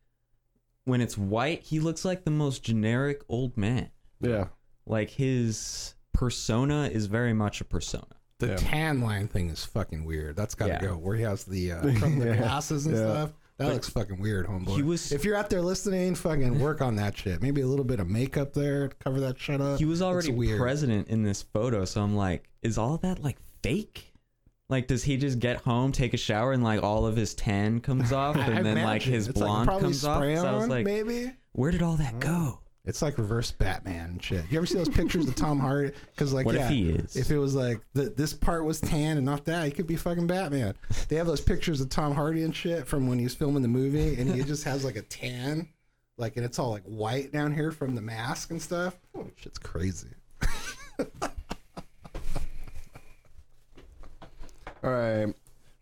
E: When it's white, he looks like the most generic old man.
C: yeah.
E: Like his persona is very much a persona.
A: The
C: Yeah.
A: tan line thing is fucking weird. That's got to
E: Yeah.
A: go. Where he has the uh, from the
C: Yeah.
A: glasses and
C: Yeah.
A: stuff. That looks fucking weird, homeboy.
E: He was-
A: if you're out there listening, fucking work on that shit. Maybe a little bit of makeup there to cover that shit up.
E: He was
A: It's
E: already
A: Uh, weird.
E: president in this photo, so I'm like, is all that like fake? Like, does he just get home, take a shower, and like all of his tan comes off,
A: I- I
E: and then like
A: imagine.
E: his
A: It's
E: blonde
A: probably
E: comes off?
A: spray
E: So I was
A: on,
E: like,
A: maybe.
E: where did all that go?
A: It's like reverse Batman and shit. You ever see those pictures of Tom Hardy? Because like,
E: What if
A: yeah,
E: he is?
A: if it was like th- this part was tan and not that, he could be fucking Batman. They have those pictures of Tom Hardy and shit from when he was filming the movie, and he just has like a tan Like, and it's all like white down here from the mask and stuff. Oh, shit's crazy.
C: All right.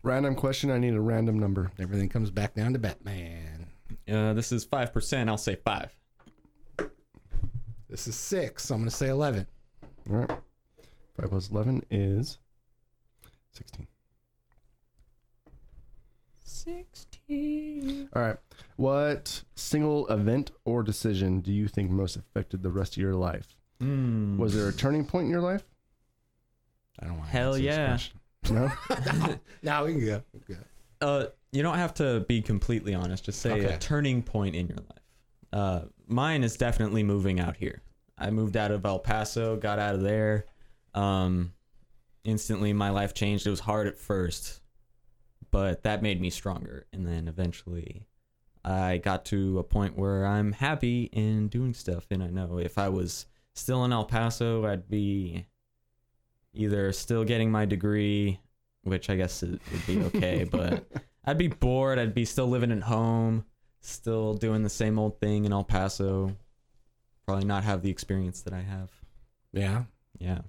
C: Random question. I need a random number.
A: Everything comes back down to Batman.
E: Uh, this is five percent. I'll say five.
A: This is six. So I'm gonna say eleven.
C: All right. 5 plus 11 is 16.
E: Sixteen.
C: All right. What single event or decision do you think most affected the rest of your life?
E: Mm.
C: Was there a turning point in your life?
A: I don't want.
E: Hell yeah.
C: No.
A: Now we can go. Okay.
E: uh, you don't have to be completely honest. Just say
A: Okay.
E: a turning point in your life. Uh, mine is definitely moving out here. I moved out of El Paso, got out of there. Um, instantly, my life changed. It was hard at first, but that made me stronger. And then eventually, I got to a point where I'm happy in doing stuff. And I know if I was still in El Paso, I'd be either still getting my degree, which I guess it would be okay, but I'd be bored. I'd be still living at home, still doing the same old thing in El Paso. Probably not have the experience that I have.
A: Yeah.
E: Yeah.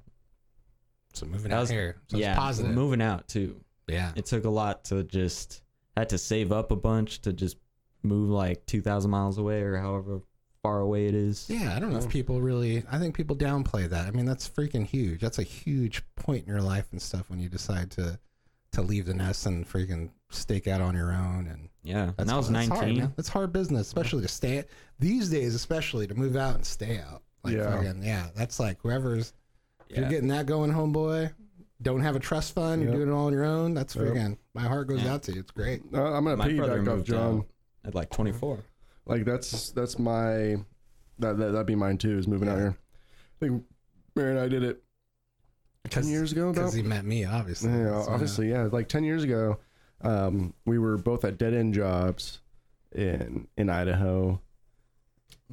A: So moving
E: That
A: out
E: was-
A: here. So
E: yeah.
A: it's positive.
E: Moving out too.
A: yeah.
E: It took a lot to just had to save up a bunch to just move like two thousand miles away or however far away it is.
A: Yeah, I don't
C: Oh.
A: know if people really. I think people downplay that. I mean, that's freaking huge. That's a huge point in your life and stuff when you decide to to leave the nest and freaking stake out on your own. And
E: Yeah.
A: that's
E: and I was
A: that's hard,
E: nineteen.
A: man. That's hard business, especially to stay these days, especially to move out and stay out. Like
C: Yeah.
A: fucking, yeah. That's like whoever's if
E: Yeah.
A: you're getting that going, homeboy. Don't have a trust fund. You're
C: Yep.
A: doing it all on your own. That's
C: Yep.
A: freaking. My heart goes
E: Yeah.
A: out to you. It's great.
C: Uh, I'm gonna
E: My brother
C: piggyback off
E: moved
C: John.
E: out at like twenty four.
C: Like that's that's my that, that that'd be mine too. Is moving out here. I think Mary and I did it ten years ago. About
A: Because he met me, obviously. uh,
C: Yeah,
A: So,
C: obviously, yeah. Like ten years ago, um, we were both at dead end jobs in in Idaho,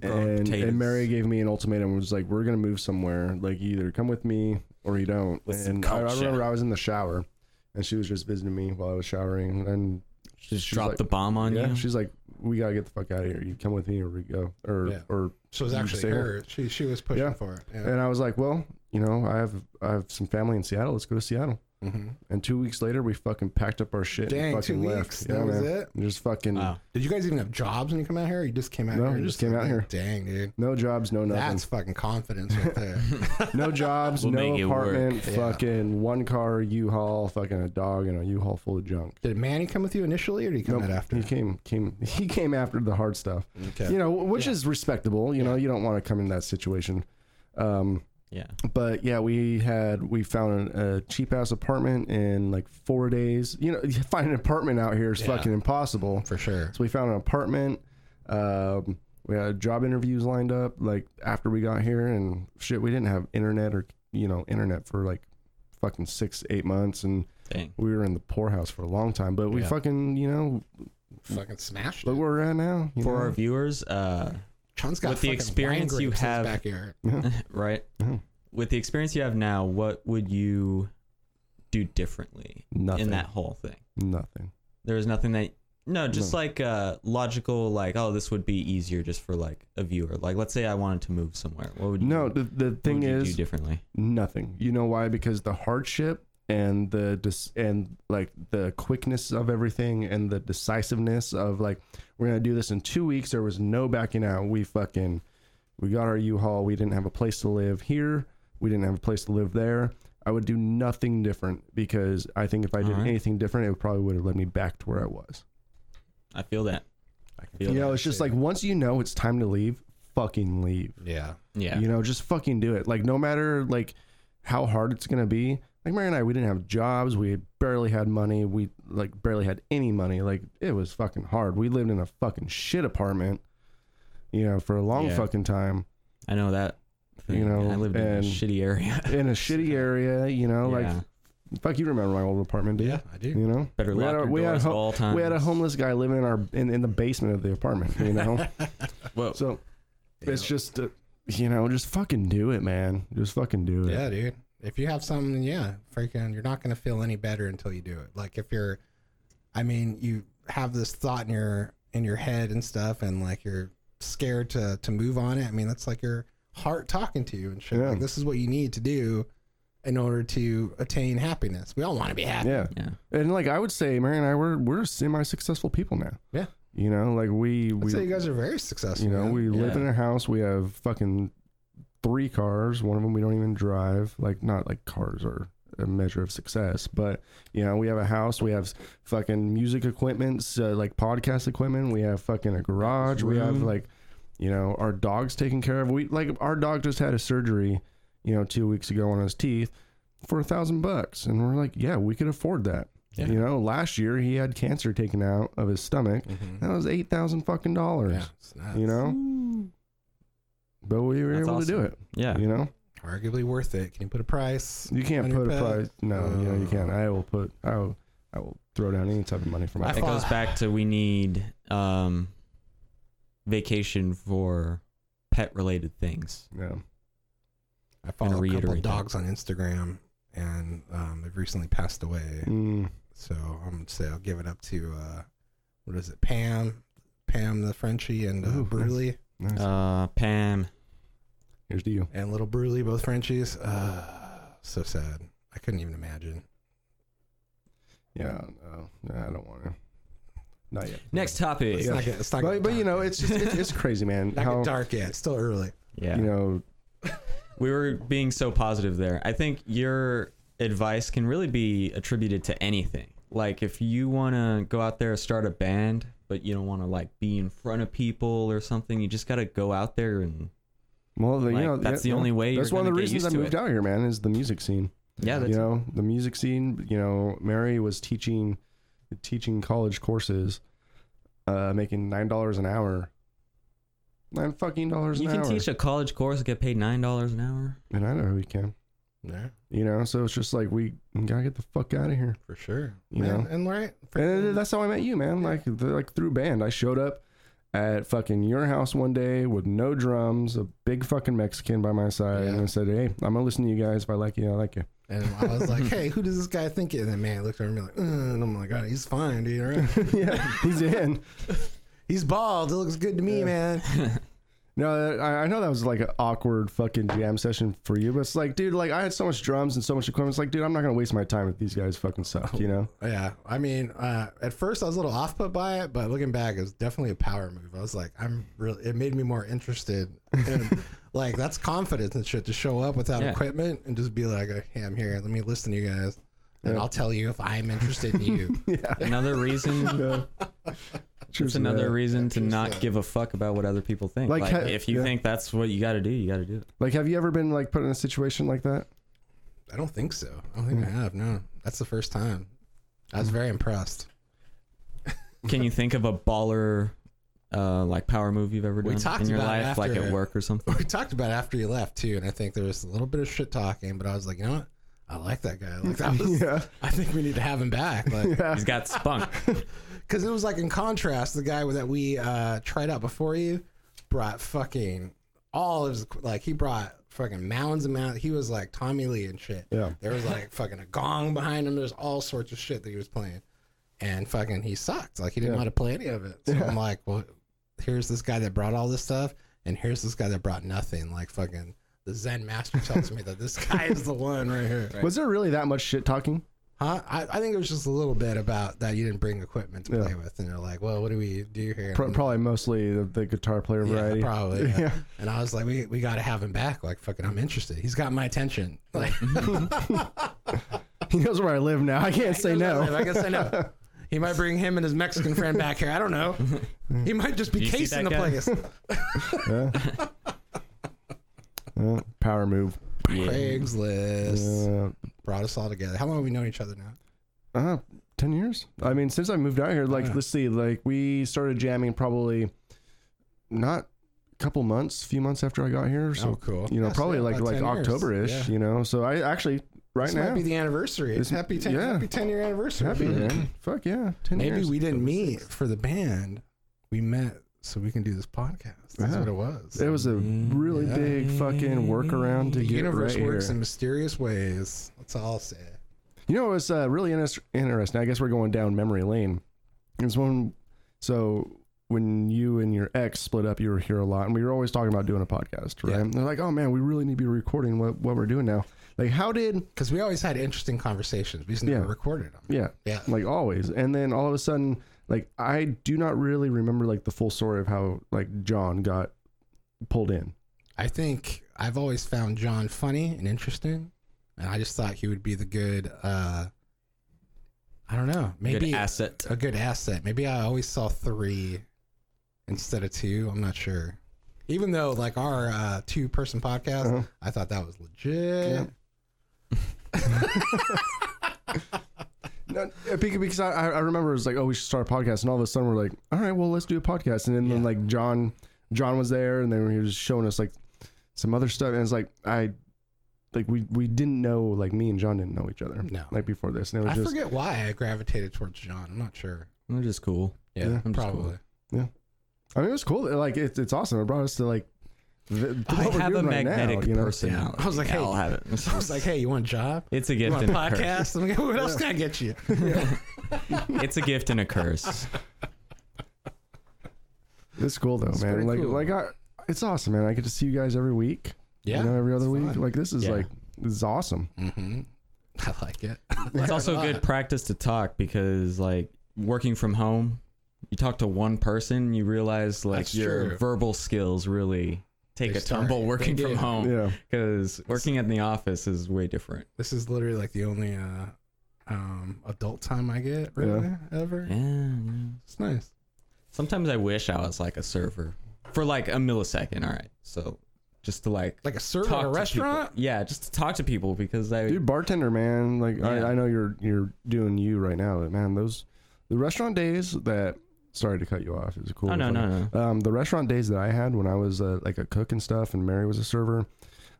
E: Oh,
C: and, and Mary gave me an ultimatum. and Was like, we're gonna move somewhere. Like, you either come with me or you don't.
E: With some
C: and I, I
E: culture.
C: remember I was in the shower, and she was just visiting me while I was showering, and
E: just
C: she's
E: dropped
C: like-
E: the bomb on
C: yeah,
E: you.
C: she's like, we gotta get the fuck out of here. You come with me or we go or
A: Yeah.
C: or.
A: So it was
C: You
A: actually
C: stay here.
A: her. She she was pushing
C: Yeah.
A: for it. Yeah.
C: And I was like, well, you know, I have I have some family in Seattle. Let's go to Seattle.
A: hmm
C: And two weeks later, we fucking packed up our shit
A: Dang,
C: and
A: two
C: fucking
A: weeks.
C: left.
A: That was it.
C: And Just fucking
E: Wow.
A: Did you guys even have jobs when you come out here? Or you just came out
C: No,
A: here.
C: we
A: and
C: just
A: you're
C: came out
A: like, Dang, dude.
C: no jobs, no nothing.
A: That's fucking confidence right there.
C: No jobs,
E: We'll
C: no
E: make it
C: apartment,
A: Yeah.
C: fucking one car U-Haul, fucking a dog and a U-Haul full of junk.
A: Did Manny come with you initially, or did he come
C: Nope,
A: out after?
C: He came came he came after the hard stuff.
A: Okay.
C: You know, which is respectable. You know, you don't want to come in that situation. Um,
E: yeah.
C: but yeah, we had we found a cheap ass apartment in like four days. You know, finding an apartment out here is
A: Yeah.
C: fucking impossible.
A: For sure.
C: So we found an apartment. Um, we had job interviews lined up like after we got here, and shit, we didn't have internet or you know internet for like fucking six eight months, and
E: Dang.
C: we were in the poorhouse for a long time. But we
A: Yeah.
C: fucking you know
A: Fucking smashed.
C: look
A: It.
C: where we're at now. you
E: For our
C: know?
E: viewers, uh
A: Chun's got
E: with the
A: fucking
E: experience
A: wine
E: you
A: grapes in his
E: have-
A: back here.
E: right?
C: Mhm.
E: With the experience you have now, what would you do differently
C: nothing,
E: in that whole thing?
C: nothing.
E: There was nothing that no, just
C: No.
E: like uh logical like oh this would be easier just for like a viewer. Like let's say I wanted to move somewhere. What would you
C: No,
E: what
C: the, the
E: would
C: thing
E: you
C: is,
E: do differently?
C: Nothing. You know why? Because the hardship and the dis- and like the quickness of everything and the decisiveness of like we're gonna do this in two weeks. There was no backing out. We fucking we got our U-Haul. We didn't have a place to live here. We didn't have a place to live there. I would do nothing different because I think if I did
E: Alright.
C: anything different, it probably would have led me back to where I was.
E: I feel that. I can feel
C: you
E: that.
C: know, it's just
A: too.
C: like once you know it's time to leave, fucking leave
A: Yeah.
E: yeah.
C: you know just fucking do it like no matter like how hard it's gonna be like mary and i we didn't have jobs we barely had money we like barely had any money like it was fucking hard we lived in a fucking shit apartment you know for a long
E: Yeah.
C: fucking time
E: I know that.
C: You
E: thing.
C: know,
E: I lived in a
C: and-
E: shitty area.
C: in a shitty area you know
E: Yeah.
C: like fuck you remember my old apartment do you?
A: Yeah, I do.
C: you know
E: better
C: we
E: lock
C: had a-
E: your
C: we had
E: doors
C: ho-
E: at all times.
C: we had a homeless guy living in our in, in the basement of the apartment you know
E: Whoa.
C: so it's just uh, you know just fucking do it man just fucking do it
A: Yeah, dude. If you have something, yeah, freaking, you're not gonna feel any better until you do it. Like if you're, I mean, you have this thought in your in your head and stuff, and like you're scared to to move on it. I mean, that's like your heart talking to you and shit.
C: Yeah.
A: Like, this is what you need to do in order to attain happiness. We all want to be happy.
C: Yeah.
E: Yeah.
C: And like I would say, Mary and I we're we're semi successful people now.
A: Yeah.
C: You know, like we
A: I'd
C: we
A: say you guys are very successful.
C: you know,
A: man.
C: we live
E: Yeah.
C: in a house, we have fucking three cars, one of them we don't even drive. Like not like cars are a measure of success, but you know, we have a house, we have fucking music equipments, uh, like podcast equipment, we have fucking a garage, we have
E: Room.
C: like you know, our dog's taken care of. We like our dog just had a surgery, you know, 2 weeks ago on his teeth for a thousand bucks. And we're like, yeah, we could afford that.
A: Yeah.
C: You know, last year he had cancer taken out of his stomach.
A: Mhm.
C: That was eight thousand fucking dollars.
A: Yeah, it's nuts.
C: You know,
A: Hmm.
C: but we were
E: That's
C: able to do
E: awesome.
C: it.
E: Yeah.
C: You know,
A: arguably worth it. Can you put a price?
C: you can't
A: On your
C: put a
A: pet?
C: price. No, no, you
A: Oh.
C: can't. I will put. I will. I will throw down any type of money for my.
A: I
E: It
C: dog.
E: goes back to we need um, vacation for pet related things.
C: Yeah.
A: I follow a couple
E: reiterate
A: of
E: that.
A: dogs on Instagram, and um, they've recently passed away.
C: Mm,
A: So I'm gonna say I'll give it up to uh, what is it, Pam, Pam the Frenchie, and uh,
C: Ooh, nice.
A: Bruley,
C: nice.
E: Uh, Pam.
C: Here's to you.
A: and little Bruley, both Frenchies. Uh, so sad. I couldn't even imagine.
C: Yeah. No, no, I don't want to. Not yet.
E: Next
A: It's
E: topic.
A: not gonna, it's not
C: But,
A: gonna
C: but you
A: dark
C: know,
A: yet.
C: it's just it's, it's crazy, man.
A: not
C: How
A: get dark yet. It's still early.
E: Yeah.
C: you know
E: we were being so positive there. I think your advice can really be attributed to anything. Like if you want to go out there and start a band, but you don't want to like be in front of people or something, you just got to go out there and
C: Well, the,
E: Like,
C: you know
E: that's
C: yeah,
E: the only way
C: That's
E: you're
C: one of
E: gonna
C: the
E: get
C: reasons I
E: used to
C: moved
E: it.
C: out here, man. Is the music scene.
E: Yeah, that's
C: you know the music scene. You know, Mary was teaching, teaching college courses, uh, making nine dollars an hour. Nine fucking dollars an
E: you can
C: hour.
E: teach a college course and get paid nine dollars an hour.
C: and I know who we can.
A: Yeah,
C: You know, so it's just like we gotta get the fuck out of here.
A: for sure.
C: You
A: Man,
C: know?
A: and right,
C: And that's how I met you, man. Like the, like through band, I showed up at fucking your house one day with no drums, a big fucking Mexican by my side, and
A: Yeah.
C: I said, "Hey, I'm gonna listen to you guys. If I like you, I like you."
A: and I was like, "Hey, who does this guy think?" it- And then man looked at me like, "Uh," "And I'm like, oh, he's fine, dude. All right.
C: yeah, he's in.
A: He's bald. It looks good to me,
C: Yeah.
A: man."
C: No, I, I know that was like an awkward fucking jam session for you, but it's like, dude, like I had so much drums and so much equipment. It's like, dude, I'm not gonna waste my time if these guys fucking suck, you know?
A: Yeah, I mean, uh, at first I was a little off put by it, but looking back, it was definitely a power move. I was like, I'm really. It made me more interested. In, like that's confidence and shit to show up without
E: Yeah.
A: equipment and just be like, "Hey, I'm here. Let me listen to you guys, and
C: Yeah.
A: I'll tell you if I'm interested in you."
C: yeah.
E: Another reason.
C: yeah. Cheers
E: It's
C: to
E: another
C: that.
E: reason to
A: True
E: not
A: that.
E: give a fuck about what other people think.
C: Like,
E: Like,
C: ha-
E: if you
C: yeah.
E: think that's what you got to do, you got to do it.
C: Like, have you ever been like put in a situation like that?
A: I don't think so. I don't think
C: Hmm.
A: I have. No, that's the first time. I was very impressed.
E: Can you think of a baller, uh, like power move you've ever
A: We
E: done
A: talked
E: in your
A: about it
E: life, like
A: after-
E: at work or something?
A: We talked about it after you left too, and I think there was a little bit of shit talking, but I was like, you know what? I like that guy. Like that was.
C: yeah.
A: I think we need to have him back. Like,
C: Yeah.
E: He's got spunk.
A: Because it was like in contrast, the guy that we uh, tried out before you brought fucking all of his, like, he brought fucking mounds and mounds. He was like Tommy Lee and shit.
C: Yeah.
A: There was like fucking a gong behind him. There's all sorts of shit that he was playing. And fucking, he sucked. Like, he didn't
C: Yeah.
A: want to play any of it. So I'm like, well, here's this guy that brought all this stuff, and here's this guy that brought nothing. Like, fucking, the Zen master tells me that this guy is the one right here.
C: Was there really that much shit talking?
A: Huh? I, I think it was just a little bit about that you didn't bring equipment to
C: Yeah.
A: play with, and you're like, "Well, what do we do here?"
C: Pro-
A: And-
C: probably mostly the, the guitar player
A: yeah,
C: variety.
A: probably. yeah.
C: Yeah.
A: And I was like, "We we got to have him back. Like, fucking, I'm interested. He's got my attention. Like,
C: Mm-hmm. He knows where I live now. I can't say no.
A: I guess I know. He might bring him and his Mexican friend back here. I don't know. He might just be
E: You see
A: casing the
E: that guy?
A: place.
C: Yeah. Yeah. Power move.
A: Craigslist
C: Yeah.
A: brought us all together. How long have we known each other now?
C: Uh, 10 years. I mean, since I moved out here, like,
A: Uh-huh. Yeah.
C: let's see, like, we started jamming probably not a couple months, few months after I got here. So,
A: Oh, cool.
C: Oh, you know,
A: Yeah, so
C: probably
A: yeah,
C: like
A: about
C: like
A: 10 years.
C: October ish,
A: Yeah.
C: you know. So, I actually, right
A: This
C: now,
A: might be the anniversary.
C: This-
A: happy ten.
C: yeah.
A: Happy ten year anniversary.
C: happy, man. Fuck yeah. 10
A: Maybe
C: years.
A: we didn't
C: October
A: meet
C: 6th.
A: for the band. We met so we can do this podcast. That's
C: Yeah.
A: what it was.
C: It was a really
A: Yeah.
C: big fucking workaround to
A: the
C: get
A: universe
C: right
A: works
C: here.
A: in mysterious ways. That's all I'll say.
C: You know, it was uh, really inter- interesting. I guess we're going down memory lane. It's when so when you and your ex split up, you were here a lot, and we were always talking about doing a podcast, right?
A: Yeah.
C: And they're like, "Oh man, we really need to be recording what what we're doing now." Like, how did
A: Because we always had interesting conversations. We just never
C: Yeah.
A: recorded them.
C: yeah,
A: Yeah.
C: like always. And then all of a sudden, like I do not really remember like the full story of how like John got pulled in.
A: I think I've always found John funny and interesting, and I just thought he would be the good. uh I don't know. Maybe
E: Good asset.
A: a good asset. Maybe I always saw three instead of two. I'm not sure. Even though like our uh, two person podcast,
C: Uh-huh.
A: I thought that was legit.
C: No, yeah, beca- because I, I I remember it was like, oh, we should start a podcast, and all of a sudden we're like, all right, well, let's do a podcast, and then, then
A: Yeah.
C: like John, John was there, and then he was showing us like some other stuff, and it's like I, like we we didn't know, like me and John didn't know each other,
A: No.
C: like before this, and it was
A: I
C: just
A: forget why I gravitated towards John. I'm not sure.
E: We're just cool.
A: Yeah,
C: Yeah.
E: I'm just
A: probably.
E: cool.
C: I mean, it was cool, like it, it's awesome. It brought us to like, the, to
E: I
C: what we're
E: have a
C: doing right now,
E: magnetic
C: you know?
E: personality.
A: Yeah. I was like,
E: Yeah,
A: hey.
E: I'll have it.
A: I was like, hey, you want a job?
E: it's a
A: You
E: gift
A: want
E: and
A: a
E: a curse.
A: podcast? I'm like, what else can I get you?
E: It's a gift and a curse.
C: It's cool though, man.
A: pretty
C: Like
A: cool.
C: like I, it's awesome, man. I get to see you guys every week.
A: Yeah,
C: you know, every other
A: it's
C: week.
A: fun.
C: Like this is
E: Yeah.
C: like this is awesome.
A: hmm I like it.
E: It's also good practice to talk because, like, working from home, you talk to one person, you realize like
A: That's
E: your
A: true.
E: verbal skills really take
A: They
E: a
A: start-
E: tumble working
A: they
E: from
A: do.
E: home
C: Yeah,
E: because working at the office is way different.
A: This is literally like the only uh, um, adult time I get really ever.
E: Yeah. yeah.
A: It's nice.
E: Sometimes I wish I was like a server for like a millisecond. All right, so just to like
A: Like a server
E: talk
A: at a
E: to
A: restaurant.
E: people. Yeah, just to talk to people because I
C: dude, bartender, man. Like
E: Yeah.
C: I, I know you're you're doing you right now, but man, those the restaurant days that. Sorry to cut you off. It was cool.
E: oh no no no.
C: Um, the restaurant days that I had when I was uh, like a cook and stuff, and Mary was a server,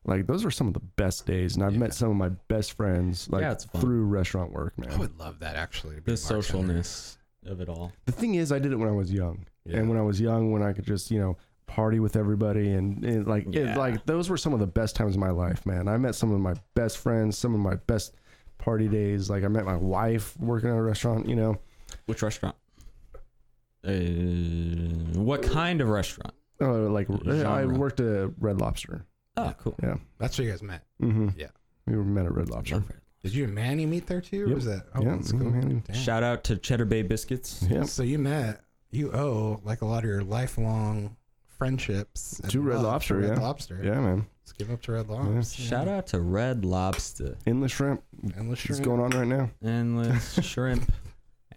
C: like those were some of the best days, and I've
A: Yeah.
C: met some of my best friends like
E: Yeah, it's fun.
C: through restaurant work, man.
A: I would love that actually. to be
E: The
A: a bartender.
E: socialness of it all.
C: the thing is, I did it when I was young,
A: Yeah.
C: and when I was young, when I could just you know party with everybody, and, and like
E: Yeah.
C: it, like those were some of the best times of my life, man. I met some of my best friends, some of my best party days. Like I met my wife working at a restaurant, you know.
E: Which restaurant? Uh, what kind of restaurant?
C: Oh, like I
E: Genre.
C: worked at Red Lobster.
E: Oh, cool.
A: That's where you guys met.
C: Mm-hmm.
A: Yeah.
C: we were met at Red Lobster.
A: Did you and Manny meet there too? Or
C: Yep.
A: was that? Oh,
C: Yeah,
A: that's
C: me
A: cool.
C: and Manny.
A: Damn.
E: Shout out to Cheddar Bay Biscuits.
C: Yep.
A: So you met. You owe like a lot of your lifelong friendships and
C: To Red
A: love to
C: Lobster,
A: Red
C: yeah.
A: Lobster.
C: Yeah, man.
A: Let's give up to Red Lobster.
E: Shout out to Red Lobster,
C: Endless shrimp.
A: Endless
C: What's
A: shrimp.
C: going on right now?
E: endless shrimp,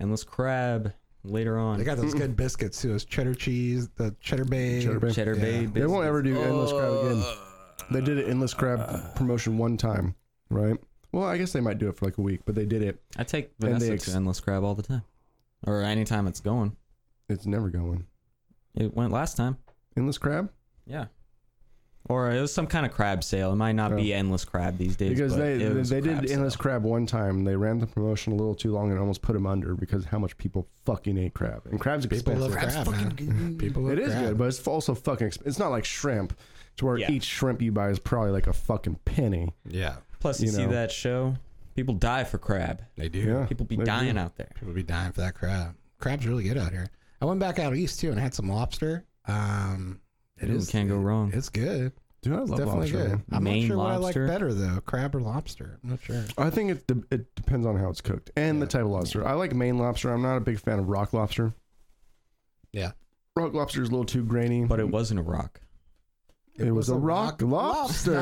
E: endless crab. Later on,
A: They got those good biscuits too. Those cheddar cheese, the cheddar bay.
C: Cheddar Bay.
E: Cheddar
A: Yeah.
E: Bay.
A: They
E: Biscuits.
C: They won't ever do endless crab
A: Oh.
C: again. They did an endless
A: Uh.
C: crab promotion one time, right? Well, I guess they might do it for like a week, but they did it.
E: I take
C: they
E: Vanessa
C: ex-
E: to endless crab all the time, or anytime it's going.
C: It's never going.
E: It went last time.
C: Endless crab?
E: Yeah. Or it was some kind of crab sale. It might not be endless crab these days.
C: Because
E: but
C: they
E: it
C: they,
E: was
C: they did
E: crab
C: endless
E: sale.
C: crab one time. They ran the promotion a little too long and almost put them under because how much people fucking ate crab. And crab's
A: People
C: expensive.
A: love crab, man. People love
C: It is
A: crab.
C: good, but it's also fucking expensive. It's not like shrimp, to where
E: Yeah.
C: each shrimp you buy is probably like a fucking penny.
A: yeah,
E: Plus, you,
C: you
E: see
C: know.
E: that show? People die for crab.
A: they do.
C: Yeah.
E: People be
C: they do.
E: dying out there.
A: People be dying for that crab. Crab's really good out here. I went back out east too and had some lobster. Um, it
E: Ooh,
A: is-
E: can't go wrong.
A: It's good.
C: Dude, I love
A: Definitely
C: lobster,
A: good.
C: man.
A: I'm
E: Maine
A: not sure what I
E: lobster.
A: like better though, crab or lobster. I'm not sure.
C: I think it, de- it depends on how it's cooked and the
A: Yeah.
C: type of lobster. I like Maine lobster. I'm not a big fan of rock lobster.
A: Yeah.
C: Rock lobster is a little too grainy.
E: But it wasn't a rock.
C: It was a rock lobster.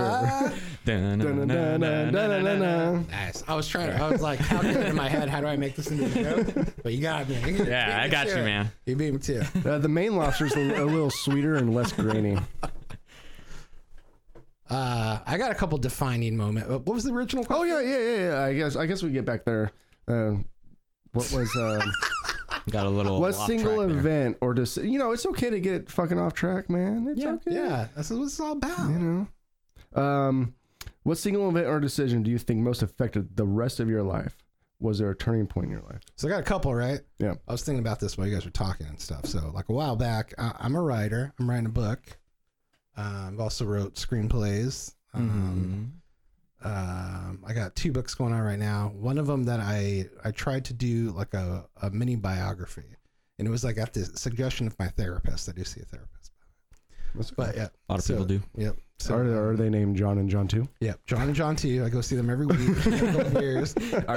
E: Yeah,
C: Dun-dun-dun-dun-dun-dun-dun.
A: nice. I was trying to. I was like, how did it in my head? How do I make this into a joke? But you got me. You beat
E: I
A: me
E: got
A: to
E: you,
A: it.
E: man.
A: You beat me too.
C: Uh, the Maine lobster is a, a little sweeter and less grainy.
A: Uh, I got a couple defining moments. What was the original?
C: Oh yeah, yeah, yeah, yeah. I guess I guess we get back there. Uh, what was uh,
E: Got a little.
C: what
E: off
C: single
E: track there.
C: event or just you know it's okay to get fucking off track, man. It's
E: Yeah,
C: okay.
A: Yeah, that's what it's all about.
C: You know, um, what single event or decision do you think most affected the rest of your life? Was there a turning point in your life?
A: So I got a couple, right?
C: Yeah.
A: I was thinking about this while you guys were talking and stuff. So like a while back, I, I'm a writer. I'm writing a book. Um, I've also wrote screenplays.
C: Mm-hmm.
A: Um,
E: Mhm.
A: um, I got two books going on right now. One of them that I I tried to do like a, a mini biography, and it was like at the suggestion of my therapist. I do see a therapist,
C: That's cool.
A: but yeah,
E: A lot of
A: So-
E: people do.
A: yep. So
C: are, are they named John and John too?
A: yeah, John and John too. I go see them every week. for a couple years.
E: Are,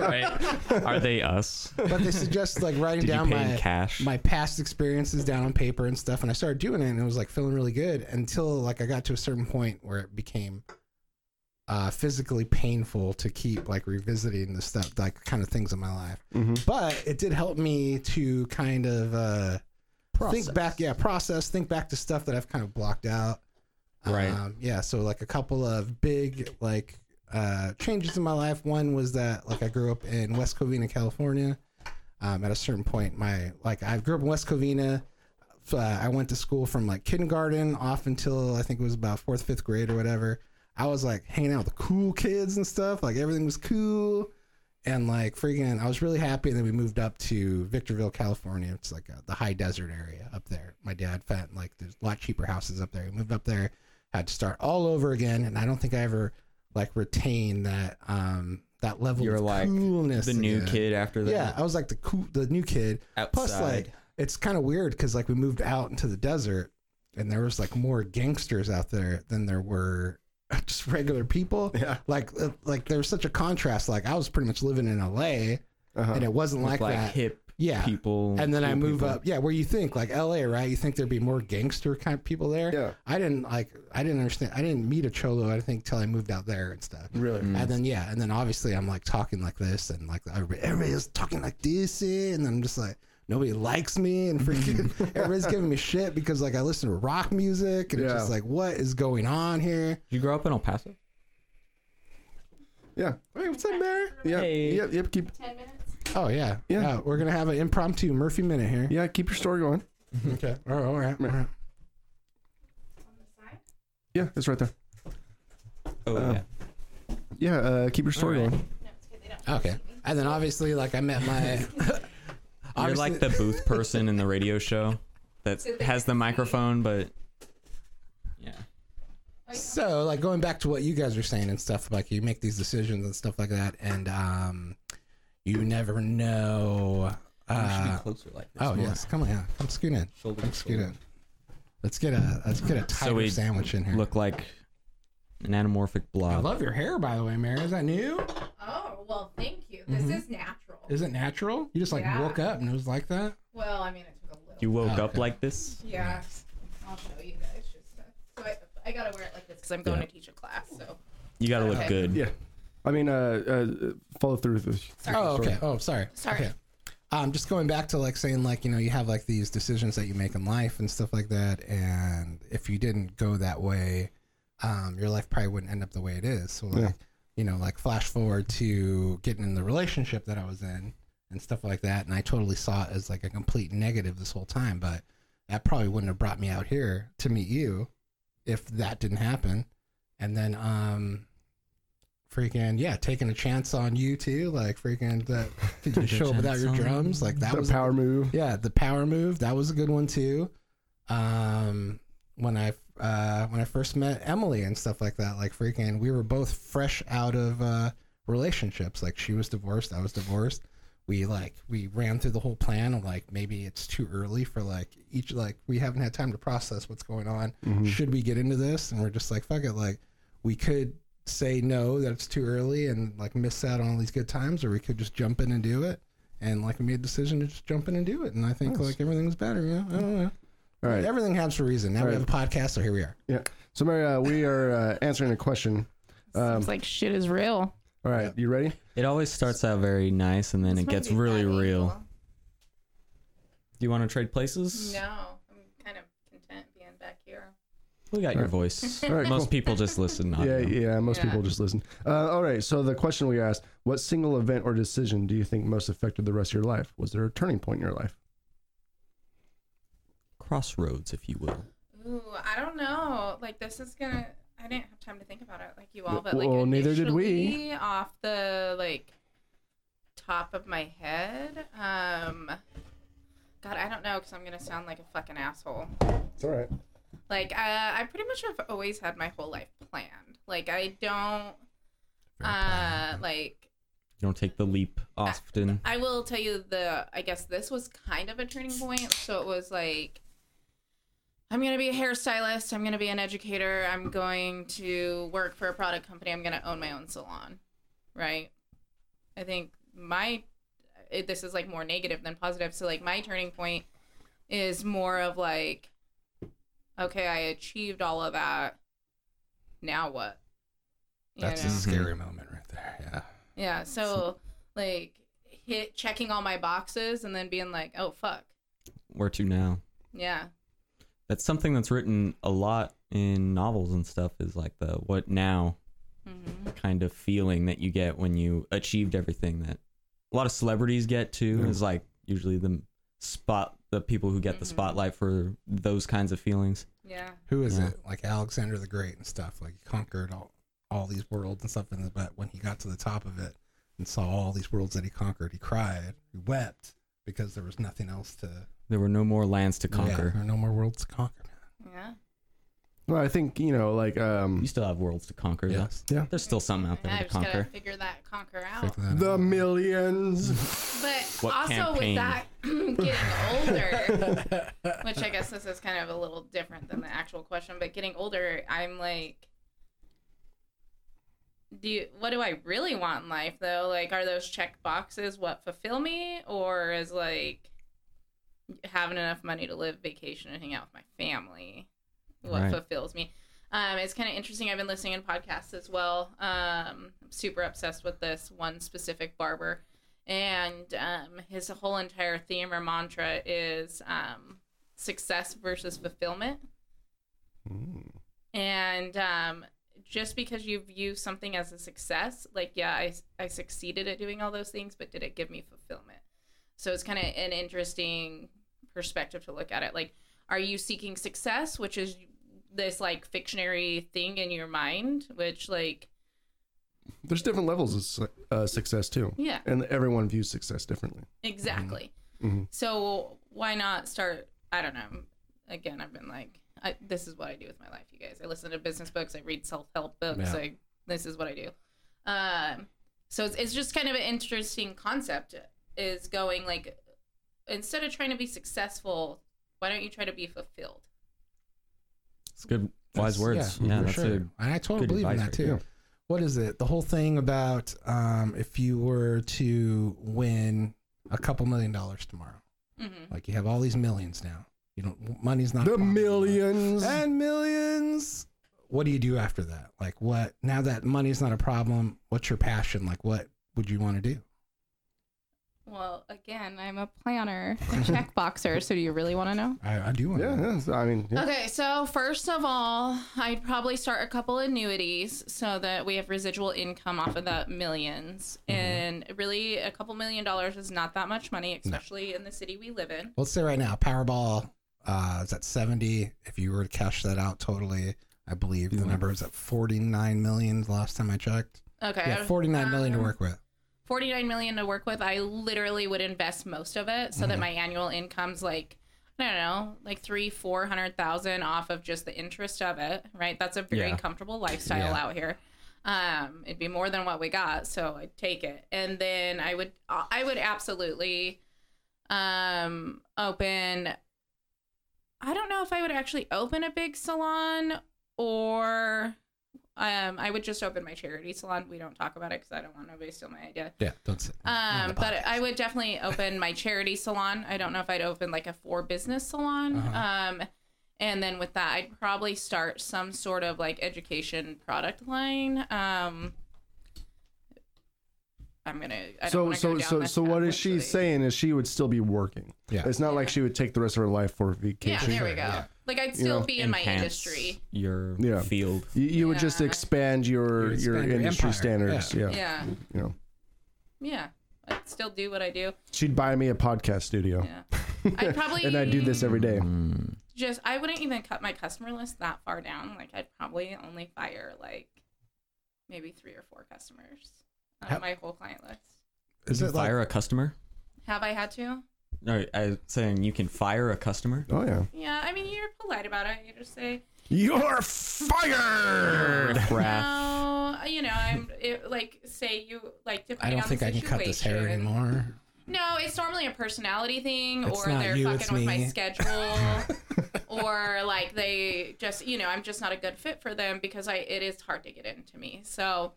E: right? Are they us?
A: But they suggest like writing
E: Did you
A: down
E: pay
A: my
E: in cash?
A: my past experiences down on paper and stuff and i started doing it and it was like feeling really good until like i got to a certain point where it became uh, physically painful to keep like revisiting the stuff like kind of things in my life
C: Mm-hmm.
A: but it did help me to kind of uh, think back yeah process think back to stuff that i've kind of blocked out
E: Right.
A: um, yeah so like a couple of big like uh, changes in my life one was that like i grew up in west covina california um, at a certain point my like i grew up in west covina uh, i went to school from like kindergarten off until i think it was about fourth fifth grade or whatever i was like hanging out with the cool kids and stuff like everything was cool and like freaking i was really happy and then we moved up to victorville california it's like uh the high desert area up there my dad found like there's a lot cheaper houses up there we moved up there had to start all over again and i don't think i ever like retained that um that level
E: You're
A: of
E: like
A: coolness
E: the new
A: again.
E: kid after that.
A: Yeah, I was like the cool, the new kid.
E: Outside.
A: Plus, like it's kind of weird because like we moved out into the desert, and there was like more gangsters out there than there were just regular people.
C: Yeah.
A: Like, uh, like there was such a contrast. Like I was pretty much living in L.A.
C: Uh-huh.
A: and it wasn't like,
E: With,
A: that.
E: hip
A: yeah.
E: people.
A: And then I
E: cool
A: move
E: people.
A: up, yeah, where you think like L.A. right? You think there'd be more gangster kind of people there.
C: Yeah.
A: I didn't like. I didn't understand. I didn't meet a cholo. I think till I moved out there and stuff.
C: Really?
A: And then yeah, and then obviously I'm like talking like this, and like everybody, everybody's talking like this, eh, and I'm just like nobody likes me, and freaking everybody's giving me shit because like I listen to rock music, and it's
C: Yeah.
A: just like what is going on here?
E: Did you grow up in El Paso?
C: Yeah. Hey, what's up, Mary? Yeah.
E: Hey.
C: Yep. Yep. Keep.
F: Ten minutes.
A: Oh yeah,
C: Yeah.
A: we're gonna have an impromptu Murphy minute here.
C: Yeah. Keep your story going.
A: Okay. All right. All right. All right.
F: On the side.
C: Yeah, it's right there.
E: Oh
C: Uh,
E: yeah.
C: Yeah. Uh, keep your story
E: Alright.
C: going.
F: No, it's okay. They don't.
A: Okay. And then obviously like I met my.
E: You're like the booth person in the radio show that
F: So they
E: has the
F: can see.
E: microphone, but yeah.
A: So, like going back to what you guys are saying and stuff, like you make these decisions and stuff like that, and um, you never know. Uh,
E: closer like this.
A: oh yes, come on, yeah, come scoot in, come scoot in. Let's get a let's get a tighter
E: we
A: sandwich in here.
E: Look like an anamorphic
A: I
E: blob.
A: love your hair, by the way, Mary. Is that new?
F: Oh well, thank you.
E: Mm-hmm.
F: This is natural.
A: Is it natural? You just like
F: Yeah.
A: woke up and it was like that.
F: well, I mean, it took a little.
E: You woke up
A: Oh, Okay.
E: like this.
F: yeah. I'll show you guys. Just, uh, so I, I gotta wear it like this because I'm going
E: Yeah.
F: to teach a class. So
E: You gotta look
F: Okay.
E: good.
C: Yeah. I mean, uh, uh follow through with this.
A: Oh, okay. Oh, sorry.
F: Sorry.
A: Okay. Um, just going back to like saying like you know you have like these decisions that you make in life and stuff like that, and if you didn't go that way, um, your life probably wouldn't end up the way it is. So like
C: Yeah.
A: you know like flash forward to getting in the relationship that I was in and stuff like that, and I totally saw it as like a complete negative this whole time, but that probably wouldn't have brought me out here to meet you if that didn't happen. And then um freaking yeah, taking a chance on you too, like freaking that did you
E: Take a
A: show up without
E: chance
A: your
E: on
A: drums? Like that
C: The
A: was
C: power move.
A: yeah, the power move, that was a good one too. Um when I uh when I first met Emily and stuff like that, like freaking we were both fresh out of uh relationships. Like she was divorced, I was divorced. We like we ran through the whole plan of like maybe it's too early for like each like we haven't had time to process what's going on.
C: Mm-hmm.
A: Should we get into this? And we're just like fuck it, like we could say no that it's too early and like miss out on all these good times or we could just jump in and do it. And like we made a decision to just jump in and do it. And I think like everything was better, you know. I don't know.
C: All right.
A: Everything happens for a reason. Now we
C: Right.
A: have a podcast, so here we are.
C: Yeah. So, Mary, uh, we are uh, answering a question. Um,
F: it's like shit is real.
C: all right. You ready?
E: It always starts out very nice and then it gets really real. Do you want to trade places?
F: No, I'm kind of content being back here.
E: We got your
C: Alright.
E: voice.
C: Alright,
E: Most
C: cool.
E: people just listen.
C: yeah.
E: audio.
C: Yeah. Most
F: Yeah.
C: people just listen. Uh, all right. So, the question we asked what single event or decision do you think most affected the rest of your life? Was there a turning point in your life?
E: Crossroads, if you will.
F: Ooh, I don't know. Like this is gonna. I didn't have time to think about it like you all, but like
C: Well, neither did we.
F: initially, Off the like top of my head, um, God, I don't know because I'm gonna sound like a fucking asshole.
C: It's all right.
F: Like uh, I, I pretty much have always had my whole life planned. Like I don't,
A: Very
F: uh,
A: proud.
F: like
E: You don't take the leap
F: Ah.
E: often.
F: I will tell you the I guess this was kind of a turning point. So it was like I'm going to be a hairstylist, I'm going to be an educator, I'm going to work for a product company, I'm going to own my own salon. Right? I think my it, this is like more negative than positive. So like my turning point is more of like okay, I achieved all of that. Now what? You
A: That's a
F: know?
A: scary moment right there. Yeah.
F: Yeah. So, like hit checking all my boxes and then being like, oh fuck.
E: Where to now?
F: Yeah.
E: That's something that's written a lot in novels and stuff. Is like the what now
F: hmm
E: kind of feeling that you get when you achieved everything that a lot of celebrities get too.
C: Yeah.
E: Is like usually the spot the people who get the
F: Mhm.
E: spotlight for those kinds of feelings.
F: Yeah.
A: Who is
E: Yeah.
A: it? Like Alexander the Great and stuff. Like he conquered all, all these worlds and stuff. And but when he got to the top of it and saw all these worlds that he conquered, he cried, he wept because there was nothing else to
E: There were no more lands to
A: Yeah,
E: conquer.
A: there are no more worlds to conquer.
F: Yeah.
C: Well, I think you know, like um,
E: You still have worlds to conquer. though.
A: Yes.
E: There's still something out there
F: I
E: to
F: just gotta
E: conquer.
F: figure that conquer out.
A: Figure that
C: the
A: out.
C: millions.
F: But
E: What
F: also
E: campaign?
F: with that getting older, which I guess this is kind of a little different than the actual question, but getting older, I'm like do you, what do I really want in life though? Like are those check boxes what fulfill me or is like having enough money to live vacation and hang out with my family what
E: Right.
F: fulfills me? Um, it's kind of interesting. I've been listening in podcasts as well. Um, I'm super obsessed with this one specific barber and um, his whole entire theme or mantra is um, success versus fulfillment.
C: Mm.
F: And um, just because you view something as a success, like, yeah, I, I succeeded at doing all those things, but did it give me fulfillment? So it's kind of an interesting perspective to look at it. Like, are you seeking success, which is this like fictionary thing in your mind, which, like,
C: There's different levels of su- uh, success too,
F: yeah,
C: and everyone views success differently.
F: exactly.
C: Mhm.
F: So why not start? I don't know. Again, I've been like, I, this is what I do with my life, you guys. I listen to business books, I read self help books.
A: Yeah.
F: I this is what I do. Um, so it's, it's just kind of an interesting concept. Is going like instead of trying to be successful, why don't you try to be fulfilled?
E: It's good, wise
A: That's-
E: words. Yeah,
A: for
E: that's
A: sure.
E: a
A: and I totally
E: good
A: believe in
E: advice
A: that
E: right
A: too.
E: there.
A: What is it? The whole thing about um, if you were to win a couple million dollars tomorrow,
F: Mm-hmm.
A: like you have all these millions now. You don't. Money's not a
C: The
A: problem anymore.
C: millions.
A: and millions. What do you do after that? Like what? Now that money's not a problem, what's your passion? Like what would you want to do?
F: Well, again, I'm a planner, a checkboxer. so do you really want to know?
A: I, I do want.
C: Yeah,
A: to
C: yeah, so, I mean, yeah.
F: Okay, so first of all, I'd probably start a couple annuities so that we have residual income off of the 1000000s And really, a couple million dollars is not that much money, especially in the city we live in.
A: Let's say right now, Powerball uh, is at 70. If you were to cash that out totally, I believe
E: Mm-hmm.
A: the number is at 49 million the last time I checked.
F: Okay,
A: Yeah, 49 million to work with.
F: 49 million to work with. I literally would invest most of it so that my annual income's like, I don't know, like three, four hundred thousand off of just the interest of it, right? That's a very
E: Yeah.
F: comfortable lifestyle
A: Yeah.
F: out here. Um, it'd be more than what we got, so I'd take it. And then I would, I would absolutely, um, open. I don't know if I would actually open a big salon or, um, I would just open my charity salon. We don't talk about it because I don't want nobody to steal my idea.
A: Yeah, don't sit. on
F: Um,
A: the
F: but
A: podcast.
F: I would definitely open my charity salon. I don't know if I'd open like a for business salon.
C: Uh-huh.
F: Um, and then with that, I'd probably start some sort of like education product line. Um, I'm gonna. I don't
C: So
F: wanna go
C: so
F: down
C: so
F: this
C: so
F: path,
C: what is she
F: actually.
C: saying is she would still be working.
A: Yeah.
C: It's not like she would take the rest of her life for
F: Yeah,
C: vacation.
F: there we go.
A: Yeah.
F: Like I'd still
C: know,
F: be in my
E: enhance
F: industry.
E: Your
C: Yeah.
E: field.
C: You, you would just
F: Yeah.
C: expand your
A: You'd
C: your
A: expand your
C: industry
A: empire.
C: standards. Yeah.
F: Yeah,
C: You know.
F: yeah. I'd still do what I do.
C: She'd buy me a podcast studio.
F: Yeah. I'd probably
C: and I do this every day.
E: Mm.
F: just I wouldn't even cut my customer list that far down. Like I'd probably only fire like maybe three or four customers on
A: How-
F: my whole client list.
A: Is
E: you
A: it like
E: fire a customer?
F: Have I had to?
E: No, I was saying you can fire a customer.
C: Oh yeah.
F: Yeah, I mean you're polite about it. You just say
C: You're fired.
E: Riff raff.
F: no. "Oh, You know, I'm it, like say you like
A: I
F: depending
A: don't
F: on
A: think
F: the
A: I can cut this hair
F: situation.
A: anymore.
F: No, it's normally a personality thing,
A: It's
F: or
A: not
F: they're
A: you, it's
F: fucking with my
A: me.
F: schedule, or like they just, you know, I'm just not a good fit for them because I it is hard to get into me. So,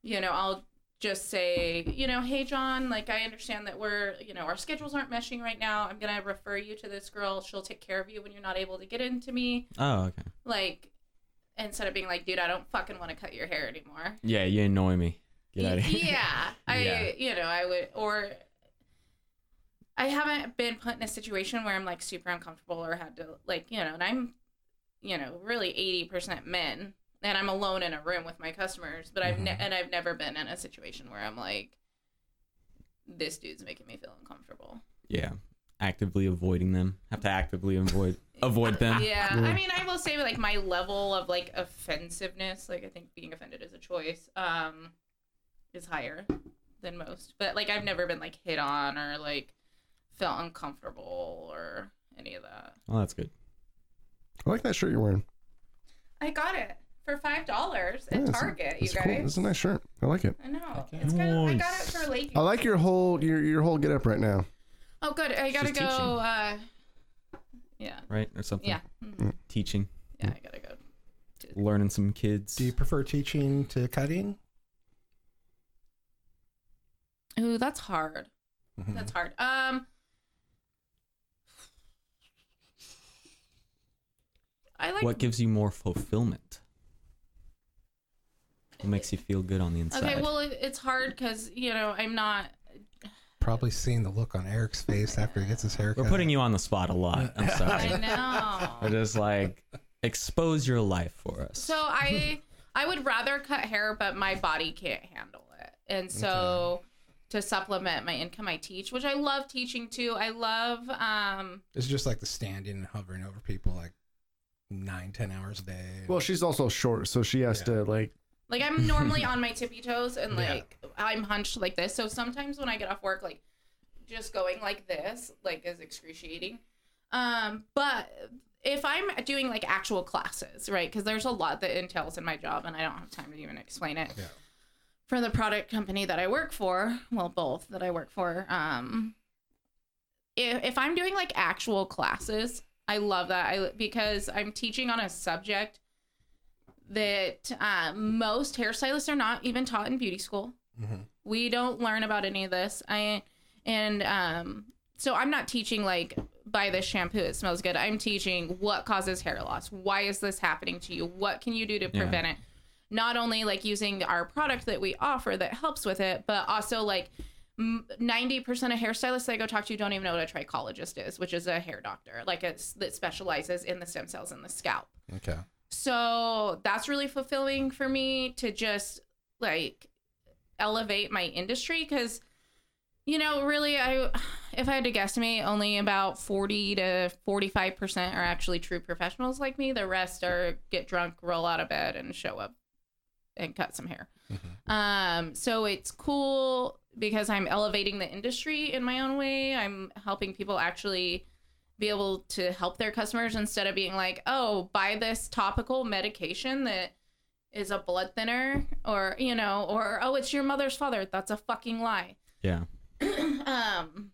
F: you know, I'll just say, you know, hey John, like I understand that we're, you know, our schedules aren't meshing right now. I'm gonna refer you to this girl. She'll take care of you when you're not able to get into me.
E: Oh, okay.
F: Like, instead of being like, dude, I don't fucking want to cut your hair anymore.
E: Yeah, you annoy me. Get out of here.
F: Yeah, I
E: Yeah.
F: you know I would or I haven't been put in a situation where I'm like super uncomfortable or had to like you know and I'm you know really eighty percent men and I'm alone in a room with my customers but I've ne-
E: Mm-hmm.
A: Mhm.
F: and I've never been in a situation where I'm like this dude's making me feel uncomfortable.
E: Yeah, actively avoiding them. Have to actively avoid avoid them.
F: Yeah,
C: Yeah.
F: I mean, I will say like my level of like offensiveness, like I think being offended is a choice, um, is higher than most. But like I've never been like hit on or like felt uncomfortable or any of that.
E: Well, that's good.
C: I like that shirt you're wearing.
F: I got it for five dollars
C: Yeah,
F: at
C: it's-
F: Target, you
C: It's cool.
F: guys.
C: It's a nice shirt. I like it.
F: I know. It's kind of, I got it for late.
C: I like your whole your your whole get up right now.
F: Oh, good. I gotta
E: She's
F: go.
E: teaching.
F: Uh, yeah,
E: Right or something.
F: yeah, Mhm.
E: Teaching,
F: yeah. I gotta go.
E: learning some kids.
A: Do you prefer teaching to cutting?
F: Ooh, that's hard. That's hard. Um, I like.
E: what gives you more fulfillment? What makes you feel good on the inside?
F: okay, well, it, it's hard because you know I'm not.
A: Probably seeing the look on Eric's face after he gets his hair
E: We're
A: cut.
E: putting you on the spot a lot. I'm sorry.
F: I
E: We're
F: know.
E: just like expose your life for us.
F: So I I would rather cut hair, but my body can't handle it, and so. To supplement my income, I teach, which I love teaching too. I love um,
A: It's just like the standing and hovering over people like nine, ten hours a day.
C: Well, she's also short, so she has
A: Yeah.
C: to like.
F: Like I'm normally on my tippy toes and
A: Yeah.
F: like I'm hunched like this. So sometimes when I get off work, like just going like this, like is excruciating. Um, but if I'm doing like actual classes, right? Because there's a lot that entails in my job, and I don't have time to even explain it
A: Yeah.
F: for the product company that I work for, well, both that I work for, um, if, if I'm doing like actual classes, I love that I because I'm teaching on a subject that uh, most hairstylists are not even taught in beauty school.
A: Mhm.
F: We don't learn about any of this. I and um, so I'm not teaching like buy this shampoo it smells good. I'm teaching what causes hair loss. Why is this happening to you? What can you do to
E: Yeah.
F: prevent it? Not only like using our product that we offer that helps with it, but also like m- 90% of hairstylists that I go talk to don't even know what a trichologist is, which is a hair doctor, like it's that specializes in the stem cells in the scalp.
A: Okay.
F: So that's really fulfilling for me to just like elevate my industry because you know really I if I had to guesstimate only about 40 to 45% are actually true professionals like me the rest are get drunk roll out of bed and show up and cut some hair um so it's cool because I'm elevating the industry in my own way I'm helping people actually be able to help their customers instead of being like, oh, buy this topical medication that is a blood thinner or, you know, or, oh, it's your mother's father. That's a fucking lie.
E: yeah.
F: um,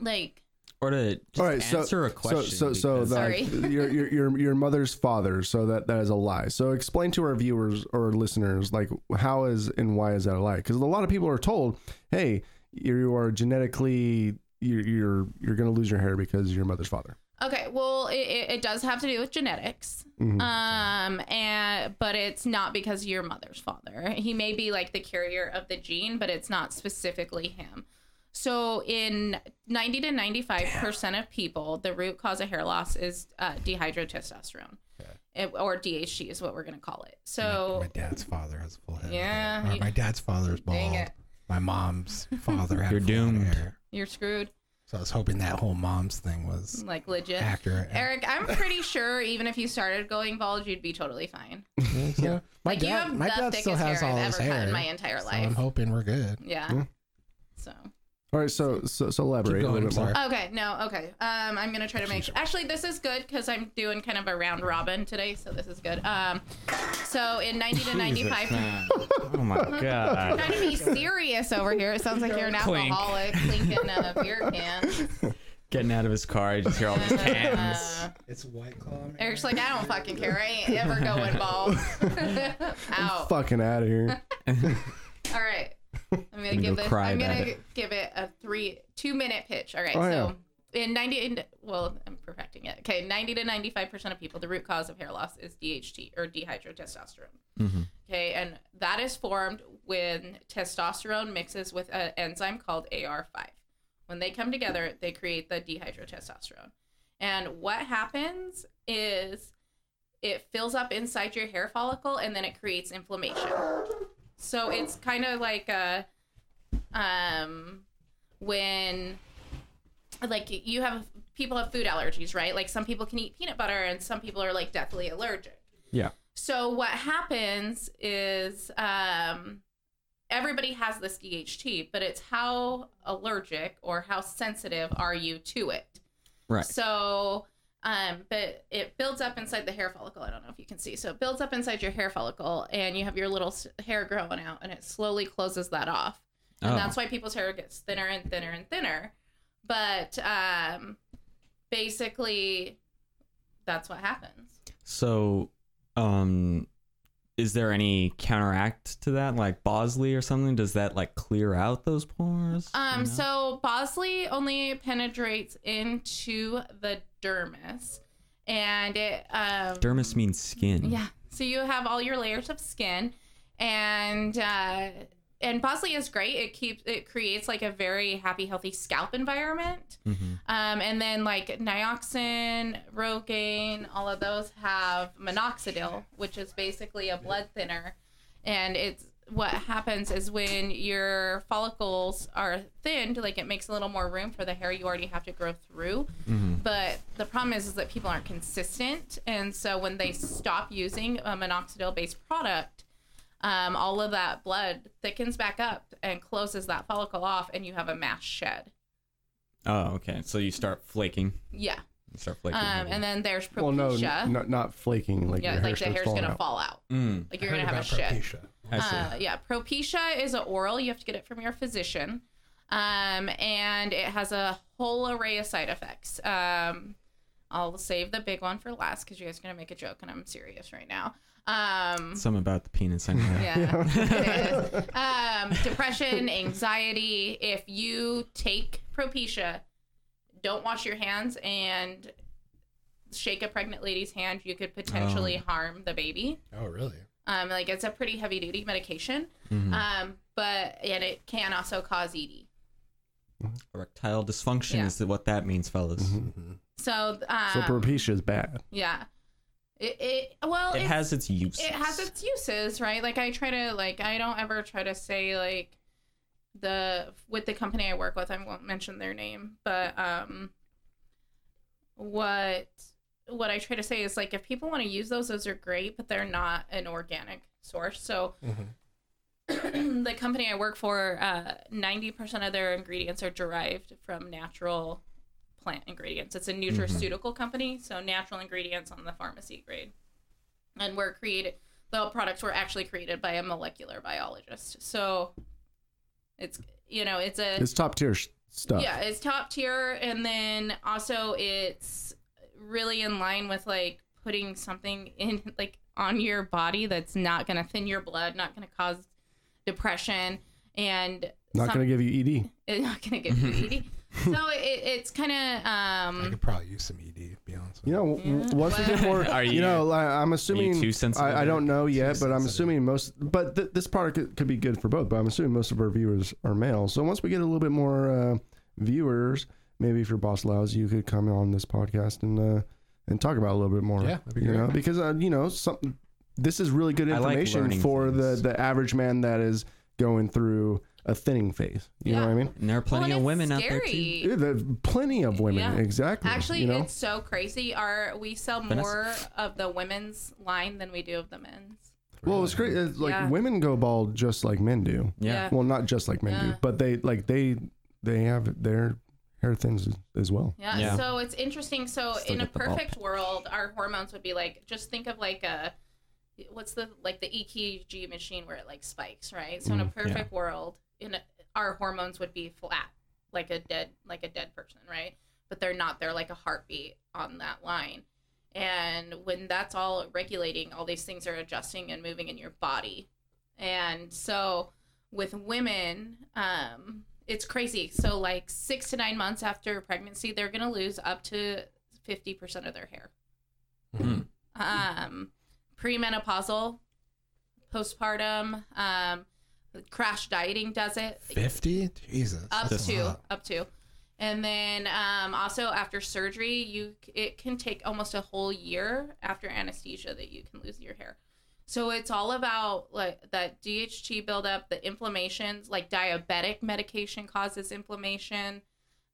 F: like,
E: Or to just
C: All right, so
E: answer a question.
C: so so, so
E: because-
C: the,
F: Sorry.
C: your, your your your mother's father. So that that is a lie. So explain to our viewers or listeners like how is and why is that a lie? Because a lot of people are told, hey, you are genetically you're you're, you're going to lose your hair because of your mother's father.
F: okay, well, it, it, it does have to do with genetics.
A: Mm-hmm.
C: Mhm.
F: Um, and, but it's not because of your mother's father. He may be like the carrier of the gene, but it's not specifically him. So, in 90 to 95% of people, the root cause of hair loss is uh, dehydrotestosterone, It- or DHT is what we're going to call it. So,
A: my dad's father has full head. of
F: Yeah,
A: hair. Or
F: you-
A: my dad's father is
F: Dang
A: bald.
F: it.
A: My mom's father had
E: You're
A: full head of
E: doomed.
A: hair.
F: you're screwed,
A: So I was hoping that whole mom's thing was
F: like legit.
A: accurate.
F: Eric, I'm pretty sure even if you started going bald, you'd be totally fine.
A: Yeah, so my
F: like, you
A: dad,
F: have
A: my
F: the
A: dad
F: thickest
A: still has
F: hair
A: all
F: I've
A: his
F: ever cut
A: hair.
F: in my entire
A: so
F: life.
A: I'm hoping we're good.
F: yeah.
C: Yeah.
F: So.
C: All right, so so so elaborate
A: Keep
C: a
A: going,
C: little
A: I'm
C: bit more.
A: sorry.
F: Okay, no, okay. Um, I'm gonna try to make. Actually, this is good because I'm doing kind of a round robin today, so this is good. Um, so in 90 to 95,
E: Oh my
F: I'm
E: god.
F: trying to be serious over here. It sounds like you're an
E: Clink.
F: alcoholic clinking a beer can.
E: Getting out of his car, I just hear all these cans.
F: Uh,
D: It's White Claw. man.
F: Eric's like, I don't fucking care. I ain't ever going bald. Out.
C: Fucking out of here.
F: All right. I'm gonna,
E: go
F: give this.
E: cry
F: I'm
E: about
F: gonna
E: it.
F: give it a three, two minute pitch. All right.
C: Oh,
F: so in 90, in, well, I'm perfecting it. Okay, 90 to 95 percent of people, the root cause of hair loss is DHT or dehydrotestosterone.
E: Mhm.
F: Okay, and that is formed when testosterone mixes with an enzyme called AR5. When they come together, they create the dehydrotestosterone. And what happens is it fills up inside your hair follicle and then it creates inflammation. So it's kind of like a, um, when like you have people have food allergies, right? Like some people can eat peanut butter and some people are like deathly allergic.
E: Yeah.
F: So what happens is um, everybody has this DHT, but it's how allergic or how sensitive are you to it.
E: Right.
F: So, um, but it builds up inside the hair follicle. I don't know if you can see. So it builds up inside your hair follicle, and you have your little s- hair growing out, and it slowly closes that off. And
E: Oh.
F: that's why people's hair gets thinner and thinner and thinner. But um, basically, that's what happens.
E: So, um, is there any counteract to that, like Bosley or something? Does that like clear out those pores?
F: Um,
E: You know?
F: so Bosley only penetrates into the dermis, and it um,
E: dermis means skin.
F: Yeah, so you have all your layers of skin, and uh, and Bosley is great. It keeps it creates like a very happy, healthy scalp environment.
E: Mhm.
F: Um, and then like Nioxin, Rogaine, all of those have minoxidil, which is basically a blood thinner. And it's what happens is when your follicles are thinned, like it makes a little more room for the hair you already have to grow through. But the problem is, is that people aren't consistent. And so when they stop using a minoxidil based product, um, all of that blood thickens back up and closes that follicle off, and you have a mass shed.
E: Oh, okay. So you start flaking.
F: Yeah.
E: You start flaking.
F: Um, and then there's
C: well, no, n-
F: Propecia.
C: not not flaking. Like
F: yeah,
C: your hair
F: like the
C: starts
F: hair's
C: falling
F: gonna
C: out.
F: fall out.
E: mm,
F: Like you're gonna have a shed.
A: Propecia.
E: I see.
F: Uh, yeah, Propecia is an oral. You have to get it from your physician, um, and it has a whole array of side effects. Um, I'll save the big one for last because you guys are gonna make a joke, and I'm serious right now. Um,
E: Some about the penis. I know.
F: yeah. it is. um, depression, anxiety. If you take Propecia, don't wash your hands and shake a pregnant lady's hand, you could potentially harm the baby.
A: Oh, really?
F: Um, like it's a pretty heavy duty medication.
E: Mhm.
F: Um, but and it can also cause E ED.
E: Erectile dysfunction
F: Yeah.
E: is what that means, fellas.
F: So um,
C: So propecia is bad.
F: yeah, it, it well
E: It
F: it's-
E: has its use.
F: it has its uses right like i try to like i don't ever try to say like the with the company i work with i won't mention their name but um what what i try to say is like if people want to use those those are great but they're not an organic source so the company i work for uh 90% of their ingredients are derived from natural plant ingredients it's a nutraceutical company so natural ingredients on the pharmacy grade and were created the products were actually created by a molecular biologist so it's you know it's a
C: It's top tier sh- stuff.
F: yeah it's top tier and then also it's really in line with like putting something in like on your body that's not going to thin your blood not going to cause depression and
C: Not
F: some-
C: gonna give you E ED.
F: it's not going to give you ED. so it, it's kind of
A: I
F: um
A: could probably use some ED, to be honest. With
C: You know, w- w- once we get more,
E: Are
C: you,
E: you-
C: know, like, I'm assuming.
E: too sensitive?
C: I, I don't know yet, but I'm
A: sensitive?
C: assuming most. But th- this product could, could be good for both. But I'm assuming most of our viewers are male. So once we get a little bit more uh, viewers, maybe if your boss allows, you could come on this podcast and uh, and talk about it a little bit more.
A: Yeah, that'd be
C: you
A: great.
C: know, because uh, you know, some, this is really good
E: I like
C: information
E: learning
C: for
E: things.
C: the the average man that is going through a thinning phase. You know
F: Yeah.
C: what I mean?
E: And there are plenty
F: well, and
E: of women
F: it's
E: out there too.
F: scary.
C: Yeah, there are plenty of women,
F: Yeah.
C: exactly.
F: Actually,
C: you know?
F: it's so crazy. Our we sell
E: Vanessa.
F: more of the women's line than we do of the men's.
C: Well, it's great. It's like
F: Yeah.
C: women go bald just like men do.
E: Yeah.
C: Well, not just like men do,
F: Yeah.
C: but they like they they have their hair thins as well.
F: Yeah.
E: Yeah.
F: So it's interesting. So
E: Still
F: in a
E: get the bump.
F: perfect world, our hormones would be like just think of like a what's the like the EKG machine where it like spikes, right? So in a
E: Mm, yeah.
F: perfect world, in a, our hormones would be flat, like a dead like a dead person, right? But they're not. They're like a heartbeat on that line. And when that's all regulating, all these things are adjusting and moving in your body. And so with women, um, it's crazy. So like six to nine months after pregnancy, they're gonna lose up to fifty percent of their hair.
E: Hmm.
F: Um, premenopausal, postpartum, um, crash dieting does it
A: Fifty? Jesus.
F: up
A: that's a
F: to
A: lot.
F: up to, and then um, also after surgery, you c- it can take almost a whole year after anesthesia that you can lose your hair. So it's all about like that DHT buildup, the inflammations, like diabetic medication causes inflammation.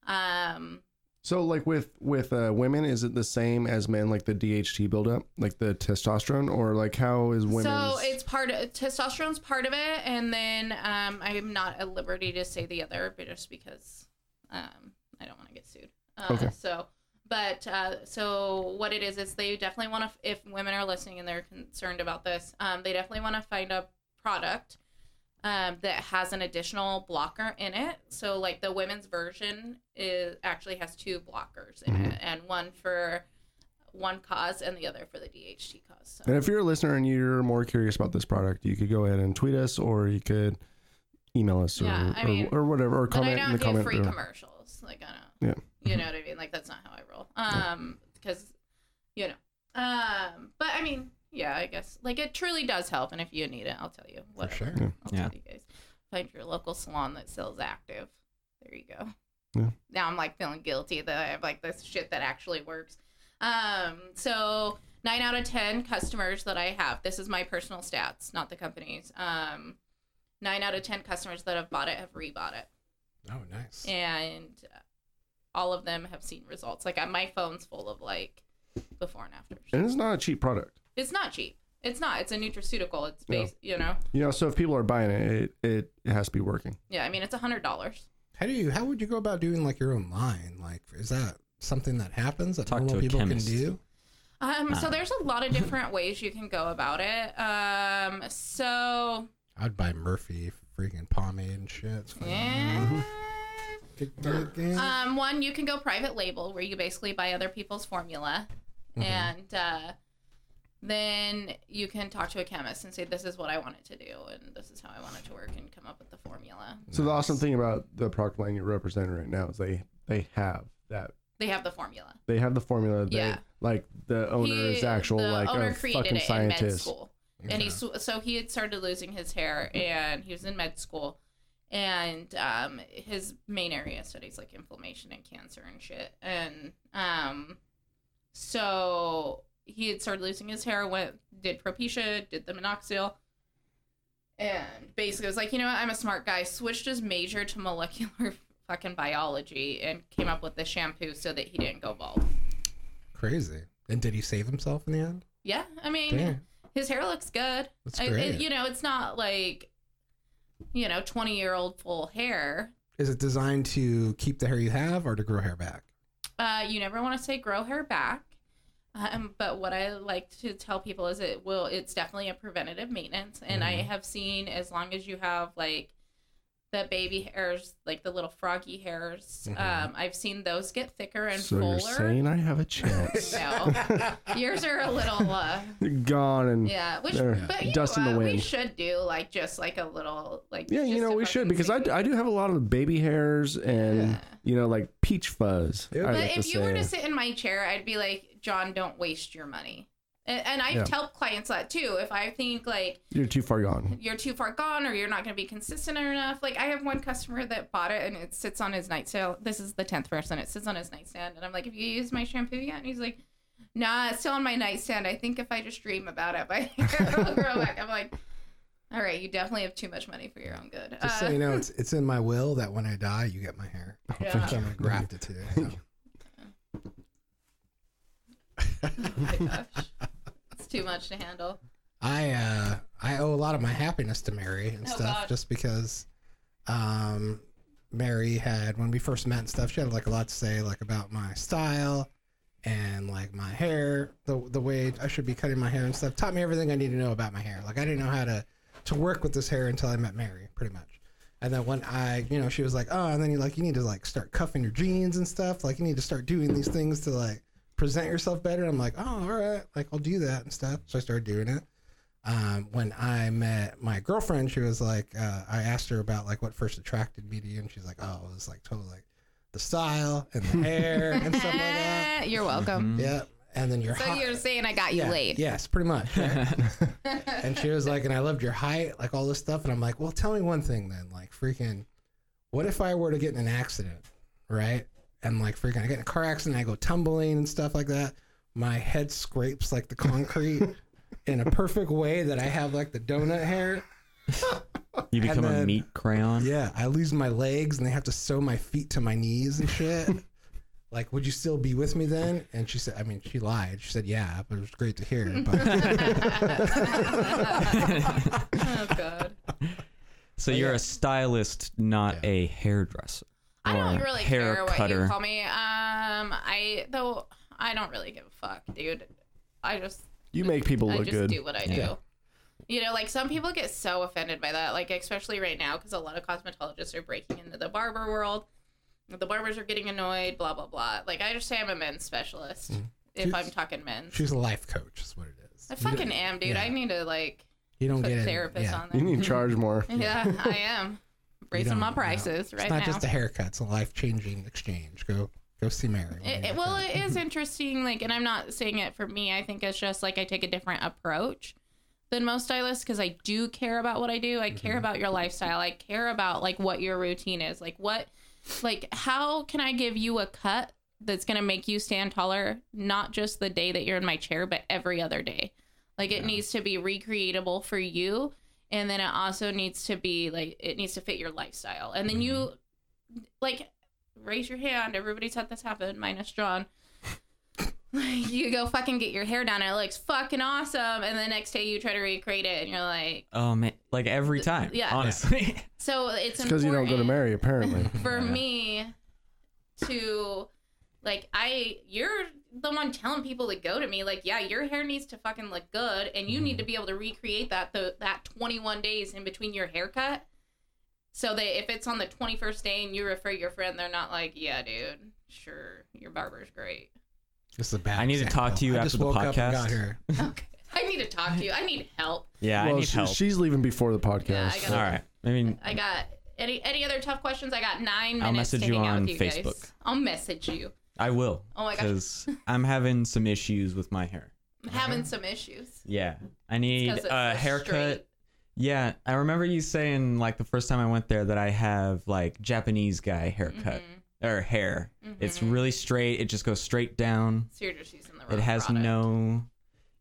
F: Um,
C: So like with with uh, women, is it the same as men? Like the DHT buildup, like the testosterone, or like how is women?
F: So it's part of testosterone's part of it, and then um, I am not at liberty to say the other, but just because um, I don't want to get sued. Uh,
C: Okay.
F: So, but uh, so what it is is they definitely want to. If women are listening and they're concerned about this, um, they definitely want to find a product um, that has an additional blocker in it. So like the women's version is actually has two blockers
C: Mm-hmm.
F: in it, and one for one cause and the other for the DHT cause. So.
C: And if you're a listener and you're more curious about this product, you could go ahead and tweet us, or you could email us, or,
F: Yeah, I
C: or,
F: mean,
C: or whatever, or
F: But I
C: comment in
F: don't
C: the
F: do
C: comment.
F: free
C: or-
F: commercials. Like I
C: Yeah.
F: don't. You know what I mean? Like that's not how I roll. Um, because, you know. Um, but I mean, yeah, I guess like it truly does help, and if you need it, I'll tell you.
A: For
F: Whatever.
A: sure.
C: Yeah.
F: I'll
E: Yeah.
F: tell you guys. Find your local salon that sells active. There you go.
C: Yeah.
F: Now I'm like feeling guilty that I have like this shit that actually works. Um, so nine out of ten customers that I have, this is my personal stats, not the company's. Um, nine out of ten customers that have bought it have rebought it
A: Oh, nice.
F: and all of them have seen results. Like I- my phone's full of like before and afters.
C: And it's not a cheap product,
F: It's not cheap. It's not. It's a nutraceutical. It's
C: Yeah.
F: based, you know.
C: you know. So if people are buying it, it, it, has to be working.
F: Yeah, I mean it's a hundred dollars.
A: How do you? How would you go about doing like your own line? Like, is that something that happens that
E: Talk
A: normal
E: to a
A: people
E: chemist.
A: can do?
F: Um, so
E: Ah.
F: there's a lot of different ways you can go about it. Um, so
A: I'd buy Murphy freaking pomade and shit. It's fucking-
F: yeah.
A: Get- get- get-
F: Um, one you can go private label where you basically buy other people's formula,
C: Mm-hmm.
A: Mhm.
F: and uh, then you can talk to a chemist and say this is what I want it to do and this is how I want it to work and come up with the formula.
C: So the awesome thing about the product line you're representing right now is they they have that
F: They have the formula.
C: they have the formula. They,
F: Yeah.
C: Like the owner
F: He-
C: is actual
F: the
C: like
F: owner
C: a
F: created
C: fucking
F: it in med
C: scientist.
F: school, and he
A: Yeah.
F: sw- so he had started losing his hair, and he was in med school, and um, his main area of studies like inflammation and cancer and shit, and um, so he had started losing his hair. Went did Propecia, did the minoxidil. And basically, was like, you know what? I'm a smart guy. Switched his major to molecular fucking biology and came up with the shampoo so that he didn't go bald.
A: Crazy. And did he save himself in the end?
F: Yeah, I mean,
A: Damn.
F: his hair looks good.
A: That's
F: I- it-
A: great.
F: you know, it's not like, you know, 20 year old full hair.
A: Is it designed to keep the hair you have or to grow hair back?
F: Uh, you never want to say grow hair back. Um, but what I like to tell people is it will, it's definitely a preventative maintenance. And I
A: Mhm.
F: have seen as long as you have like the baby hairs, like the little froggy hairs,
A: Mhm.
F: um, I've seen those get thicker and
C: So
F: fuller.
C: you're saying I have a chance?
F: no, yours are a little, uh,
C: Gone and
F: Yeah, which
C: There.
F: but you
C: Dust
F: know
C: in the
F: what? we
C: wind.
F: should do like just like a little like
C: Yeah, you
F: just
C: know
F: to
C: we should
F: fucking
C: because I,
F: save-
C: I do have a lot of baby hairs and
F: Yeah.
C: you know like peach fuzz.
A: Yeah.
C: I
A: But
F: But
C: like
F: if you were to
C: say.
F: sit in my chair, I'd be like, John, don't waste your money. And, and I
C: Yeah.
F: tell clients that too. If I think like
C: you're too far gone.
F: you're too far gone or you're not going to be consistent enough, like I have one customer that bought it and it sits on his nightstand. This is the tenth person. It sits on his nightstand, and I'm like, "Have you used my shampoo yet?" And he's like, "Nah, it's still on my nightstand. I think if I just dream about it, my hair will grow back." I'm like, "All right, you definitely have too much money for your own good." Uh,
A: Just so you know, it's it's in my will that when I die, you get my hair.
F: Yeah.
A: Which I'm gonna graft it to. you know.
F: oh my gosh. It's too much to handle.
A: I uh I owe a lot of my happiness to Mary and
F: Oh,
A: stuff
F: God.
A: just because um Mary had when we first met and stuff, she had like a lot to say like about my style and like my hair, the the way I should be cutting my hair and stuff, taught me everything I need to know about my hair. Like I didn't know how to to work with this hair until I met Mary, pretty much. And then when I, you know, she was like, "Oh," and then you like you need to like start cuffing your jeans and stuff. Like you need to start doing these things to like present yourself better. I'm like, "Oh, all right, like I'll do that and stuff." So I started doing it. Um, when I met my girlfriend, she was like, uh, I asked her about like what first attracted me to you, and she's like, "Oh, it was like totally like the style and the hair and stuff like that."
F: Eh, You're welcome.
E: Mm-hmm.
A: Yeah, and then your
F: So
A: height.
F: you're saying I got you
A: yeah,
F: late.
A: Yes, pretty much. right? and she was like, and I loved your height, like all this stuff. And I'm like, well, tell me one thing then. Like, freaking, what if I were to get in an accident, right? And like, freaking, I get in a car accident, I go tumbling and stuff like that. My head scrapes like the concrete in a perfect way that I have like the donut hair.
E: You become a
A: then-
E: meat crayon.
A: Yeah, I lose my legs and they have to sew my feet to my knees and shit. like, would you still be with me then? And she said, I mean, she lied. She said, yeah, but it was great to hear. But
F: Oh god.
E: So you're a stylist, not a hairdresser.
F: I don't
E: or
F: really
E: hair
F: care what
E: cutter.
F: you call me. Um, I though I don't really give a fuck, dude. I just
C: You make people
F: I
C: look
F: just
C: good.
F: do what I do. You know, like some people get so offended by that, like especially right now because a lot of cosmetologists are breaking into the barber world. The barbers are getting annoyed, blah blah blah. Like I just say I'm a men's specialist if I'm talking men.
A: Mm. she's a life coach, is what it is.
F: I fucking am, dude. I need to like
A: You don't
F: put
A: get
F: therapists
A: yeah.
F: on
C: You
F: there.
C: need to charge more.
F: Yeah, I am
A: You
F: raising my
A: don't- no.
F: prices right
A: It's not
F: now.
A: just a haircut; it's a life-changing exchange. Go, go see Mary. when
F: It,
A: you
F: it-
A: get
F: well,
A: that.
F: it is interesting. Like, and I'm not saying it for me. I think it's just like I take a different approach than most stylists because I do care about what I do. I care about your lifestyle. I care about like what your routine is. Like, what, like, how can I give you a cut that's gonna make you stand taller? Not just the day that you're in my chair, but every other day. Like, it needs to be recreatable for you. And then it also needs to be like it needs to fit your lifestyle. And then you like raise your hand. Everybody's had this happen, minus John. Like, you go fucking get your hair done. and It looks fucking awesome. And the next day you try to recreate it and you're like,
E: Oh man, like every time.
F: yeah.
E: honestly.
F: so it's
C: It's because you don't go to
F: important
C: marry, apparently.
F: for me to like I you're the one telling people to go to me like yeah your hair needs to fucking look good and you
C: Mm-hmm.
F: need to be able to recreate that the, that 21 days in between your haircut so that if it's on the 21st day and you refer your friend they're not like yeah dude sure your barber's great
A: This is a bad.
E: I need to talk to you
A: I
E: after
A: just
E: the
A: woke Up and
E: podcast.
A: got here.
F: okay I need to talk to you I need help
E: Yeah, I
C: well,
E: need
C: she-
E: help.
C: she's leaving before the podcast.
F: Yeah, I gotta-
E: All right. I mean,
F: I got any any other tough questions I got nine minutes
E: I'll
F: to
E: message you
F: hang out
E: on
F: with you
E: Facebook.
F: guys I'll message you
E: I will.
F: Oh my gosh.
E: Because I'm having some issues with my hair.
F: I'm having some issues
E: Yeah, I need
F: 'cause it's
E: a
F: so
E: haircut.
F: straight.
E: Yeah, I remember you saying like the first time I went there that I have like Japanese guy haircut
F: Mm-hmm.
E: or hair. It's really straight. It just goes straight down.
F: So you're just using the
E: it
F: wrong
E: has
F: product.
E: no.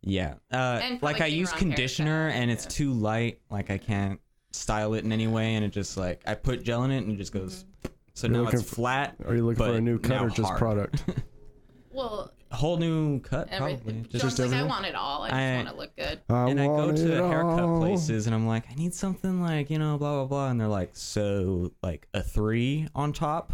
E: Yeah. Uh,
F: And
E: like
F: probably
E: I
F: the
E: use
F: wrong haircut,
E: conditioner and it's
F: yeah.
E: too light. Like I can't style it in any way, and it just like I put gel in it and it just goes.
F: Mm-hmm.
E: So now
C: looking
E: it's
C: for-
E: flat.
C: Are you looking for
E: but
C: a new cut
E: now
C: or just
E: hard.
C: product?
F: Well,
E: A whole new cut, probably.
F: everything.
E: Just,
F: John's like, I
C: everything?
F: want it all. I just
E: I-
F: want to look good.
C: I
E: and I go
C: want
E: to
C: it
E: haircut
C: all.
E: places and I'm like, I need something like, you know, blah blah blah. And they're like, so like a three on top?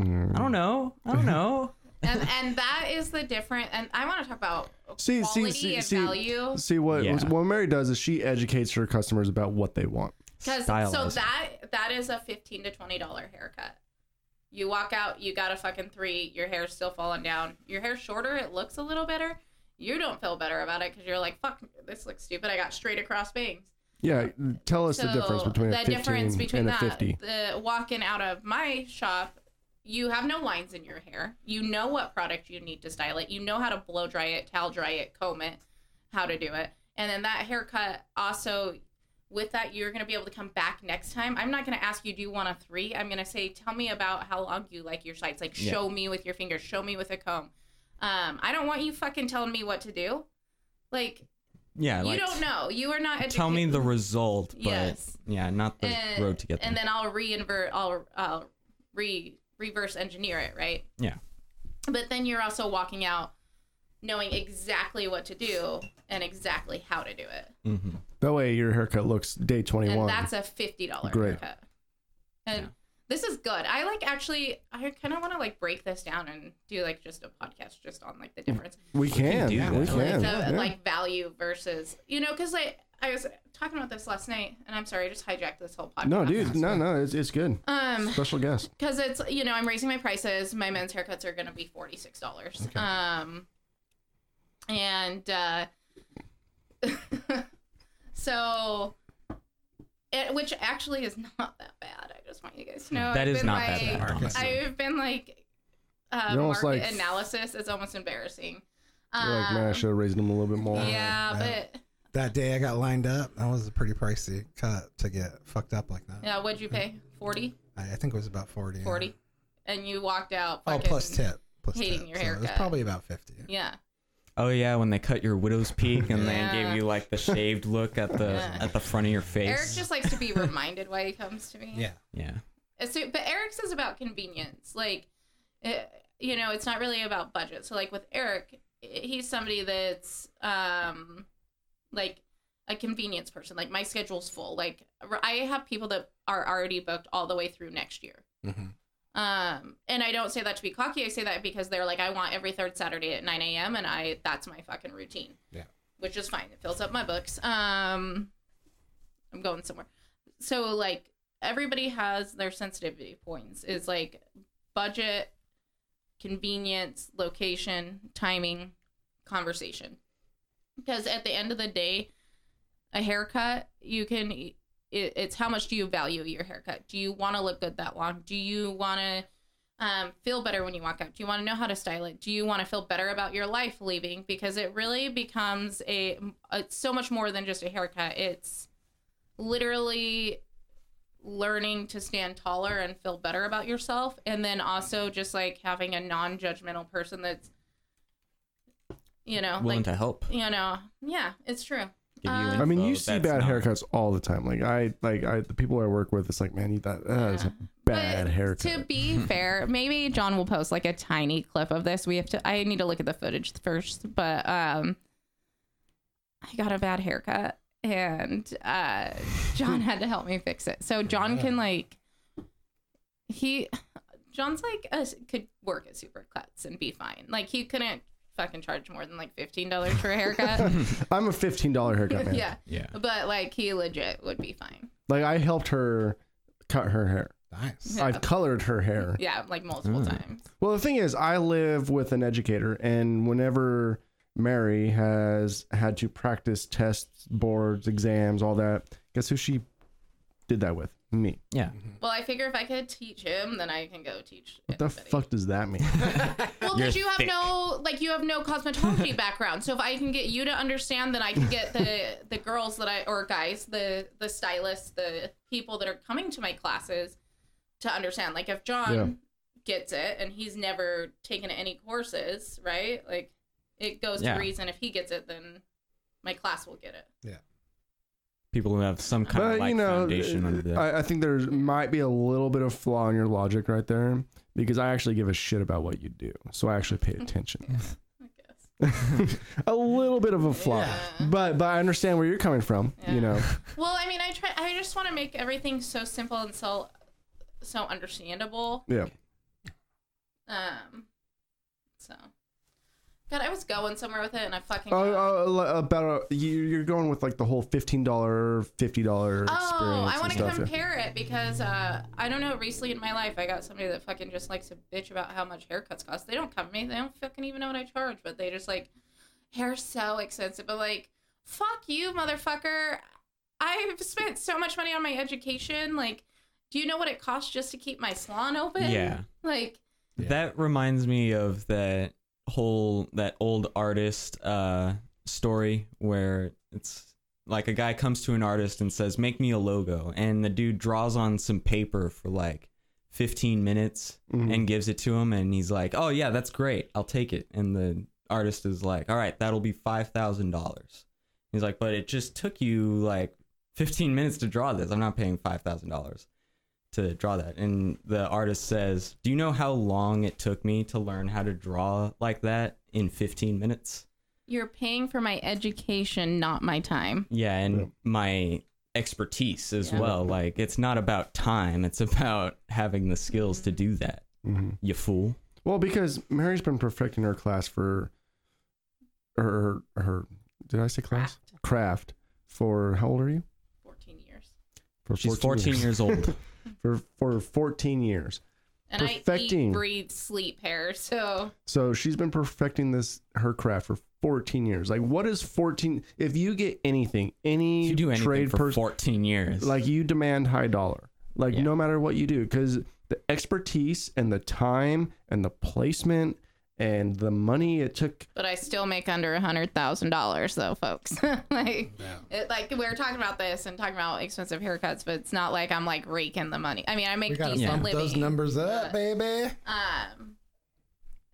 C: Mm.
E: I don't know. I don't know.
F: And and that is the different. And I want to talk about
C: See,
F: quality
C: see, see,
F: and
C: see,
F: value.
C: see what
E: Yeah.
C: what Mary does is she educates her customers about what they want.
F: Because so
E: Stylized.
F: that that is a fifteen to twenty dollar haircut. You walk out, you got a fucking three. Your hair's still falling down. Your hair's shorter. It looks a little better. You don't feel better about it because you're like, fuck, this looks stupid. I got straight across bangs.
C: Yeah, tell us the difference between a
F: the
C: fifteen
F: difference between
C: and a
F: that,
C: fifty.
F: The walking out of my shop, you have no lines in your hair. You know what product you need to style it. You know how to blow dry it, towel dry it, comb it, how to do it. And then that haircut also with that you're gonna be able to come back next time. I'm not gonna ask you, do you want a three? I'm gonna say, tell me about how long you like your sides. Like
E: Yeah.
F: show me with your fingers, show me with a comb. Um, I don't want you fucking telling me what to do. Like,
E: Yeah,
F: you
E: like
F: don't know. You are not
E: tell me
F: educated.
E: the result, but
F: Yes.
E: yeah, not the road to get there.
F: And then I'll reinvert, I'll, I'll re reverse engineer it, right?
E: yeah.
F: But then you're also walking out knowing exactly what to do and exactly how to do it.
E: Mm-hmm.
C: That way, your haircut looks day
F: And
C: twenty-one.
F: that's a fifty dollar
C: Great.
F: haircut. And This is good. I like actually. I kind of want to like break this down and do like just a podcast just on like the difference,
C: We can.
E: do
C: We
E: that.
C: can.
A: Totally.
F: of,
C: yeah.
F: like value versus you know because like I was talking about this last night and I'm sorry I just hijacked this whole podcast.
C: no, dude. No, no. It's, it's good.
F: Um,
C: Special guest.
F: because it's you know I'm raising my prices. My men's haircuts are going to be forty six dollars. Um, and uh, so, it, which actually is not that bad. I just want you guys to know
E: That
F: I've
E: is
F: been
E: not that
F: like-
E: bad.
A: Marcus.
E: honestly.
F: I've been like uh,
C: You're almost
F: market
C: like-
F: analysis. It's almost embarrassing. Um,
C: You're like, man, I should have raised him a little bit more.
F: yeah,
A: Yeah.
F: but
A: That day I got lined up. That was a pretty pricey cut to get fucked up like that.
F: yeah, what'd you pay? 40?
A: I, I think it was about 40. yeah.
F: 40? And you walked out.
A: Oh,
F: Fucking,
A: plus tip. Plus
F: hating
A: tip.
F: your
A: so it was
F: haircut.
A: probably about 50.
F: Yeah.
E: Oh yeah, when they cut your widow's peak and
F: Yeah.
E: then gave you like the shaved look at the
F: Yeah.
E: at the front of your face.
F: Eric just likes to be reminded why he comes to me.
A: Yeah.
E: yeah.
F: It's- but Eric's is about convenience. Like, it, you know, it's not really about budget. So, like with Eric, i- he's somebody that's um, like a convenience person. Like my schedule's full. Like r- I have people that are already booked all the way through next year.
A: Mm-hmm.
F: Um, and I don't say that to be cocky. I say that because they're like, I want every third Saturday at 9 a.m. and I that's my fucking routine.
A: Yeah.
F: Which is fine. It fills up my books. Um, I'm going somewhere. So like everybody has their sensitivity points. Is like budget, convenience, location, timing, conversation. Because at the end of the day, a haircut you can e, it, it's how much do you value your haircut? Do you want to look good that long? Do you want to um, feel better when you walk out? Do you want to know how to style it? Do you want to feel better about your life leaving? Because it really becomes a, a so much more than just a haircut. It's literally learning to stand taller and feel better about yourself, and then also just like having a non-judgmental person that's you know
E: Willing
F: like
E: to help.
F: you know yeah it's true
E: Give you
F: Um,
E: info
F: I
C: I mean, you see
E: that's
C: bad
E: not-
C: haircuts all the time. Like I, like I, the people I work with, it's like, man, you that that is a bad
F: But
C: haircut.
F: To be fair, maybe John will post like a tiny clip of this. We have to. I need to look at the footage first, but um, I got a bad haircut, and uh, John had to help me fix it. So John can like, he, John's like a, could work at Supercuts and be fine. Like he couldn't fucking charge more than like fifteen dollars for a haircut.
C: I'm a fifteen dollar haircut man.
F: yeah,
E: Yeah.
F: but like he legit would be fine.
C: Like I helped her cut her hair.
A: Nice.
F: Yeah.
C: I've colored her hair.
F: Yeah, like multiple times.
C: Well, the thing is, I live with an educator, and whenever Mary has had to practice tests, boards, exams, all that, guess who she did that with? Me.
E: Yeah.
F: Well, I figure if I could teach him, then I can go teach.
C: What the
F: anybody.
C: fuck does that mean?
F: Well, because you have no like you have no cosmetology background. So if I can get you to understand, then I can get the the girls that I or guys the the stylists the people that are coming to my classes to understand. Like if John
C: Yeah.
F: gets it and he's never taken any courses, right? Like it goes
E: Yeah.
F: to reason if he gets it, then my class will get it.
E: People who have some kind of like foundation under the
C: I, I think there might be a little bit of flaw in your logic right there because I actually give a shit about what you do, so I actually pay attention.
F: I guess.
C: a little bit of a flaw,
F: Yeah.
C: but but I understand where you're coming from. You
F: Yeah.
C: know,
F: Well, I mean, I try. I just want to make everything so simple and so so understandable.
C: yeah.
F: Um, so God, I was going somewhere with it, and I fucking
C: Oh,
F: got-
C: oh, li- about a, you, you're going with like the whole fifteen dollar, fifty dollar
F: Oh,
C: experience
F: I
C: and
F: want to
C: stuff. yeah.
F: compare it because uh, I don't know. Recently in my life, I got somebody that fucking just likes to bitch about how much haircuts cost. They don't come to me. They don't fucking even know what I charge, but they just like hair's so expensive. But like, fuck you, motherfucker. I've spent so much money on my education. Like, do you know what it costs just to keep my salon open?
E: Yeah.
F: Like,
A: Yeah.
E: That reminds me of that whole that old artist uh story where it's like a guy comes to an artist and says, "Make me a logo." And the dude draws on some paper for like 15 minutes
C: Mm-hmm.
E: and gives it to him and he's like, "Oh yeah, that's great. I'll take it." And the artist is like, "All right, that'll be $5,000." He's like, "But it just took you like 15 minutes to draw this. I'm not paying $5,000." to draw that. And the artist says, Do you know how long it took me to learn how to draw like that in 15 minutes?
F: you're paying for my education, not my time.
E: Yeah, and
C: Yep.
E: my expertise as
F: Yeah.
E: well. Like it's not about time; it's about having the skills to do that.
C: hmm
E: You fool.
C: Well, because Mary's been perfecting her class for her her did I say class
F: Craft.
C: craft for how old are you?
F: 14 years.
C: For
E: She's 14 years old.
C: for for 14 years.
F: And I
C: Perfecting.
F: eat, breathe, sleep hair. So
C: So she's been perfecting this her craft for 14 years. Like what is 14 if you get anything, any
E: you do anything
C: trade
E: for
C: person
E: 14 years.
C: like you demand high dollar. Like
E: Yeah.
C: no matter what you do cuz the expertise and the time and the placement and the money it took
F: But I still make under a hundred thousand dollars, though, folks. like, it, like we were talking about this and talking about expensive haircuts, but it's not like I'm like raking the money. I mean, I
A: We
F: make
A: gotta
F: decent
A: bump
F: living.
A: those numbers up, baby.
F: Um,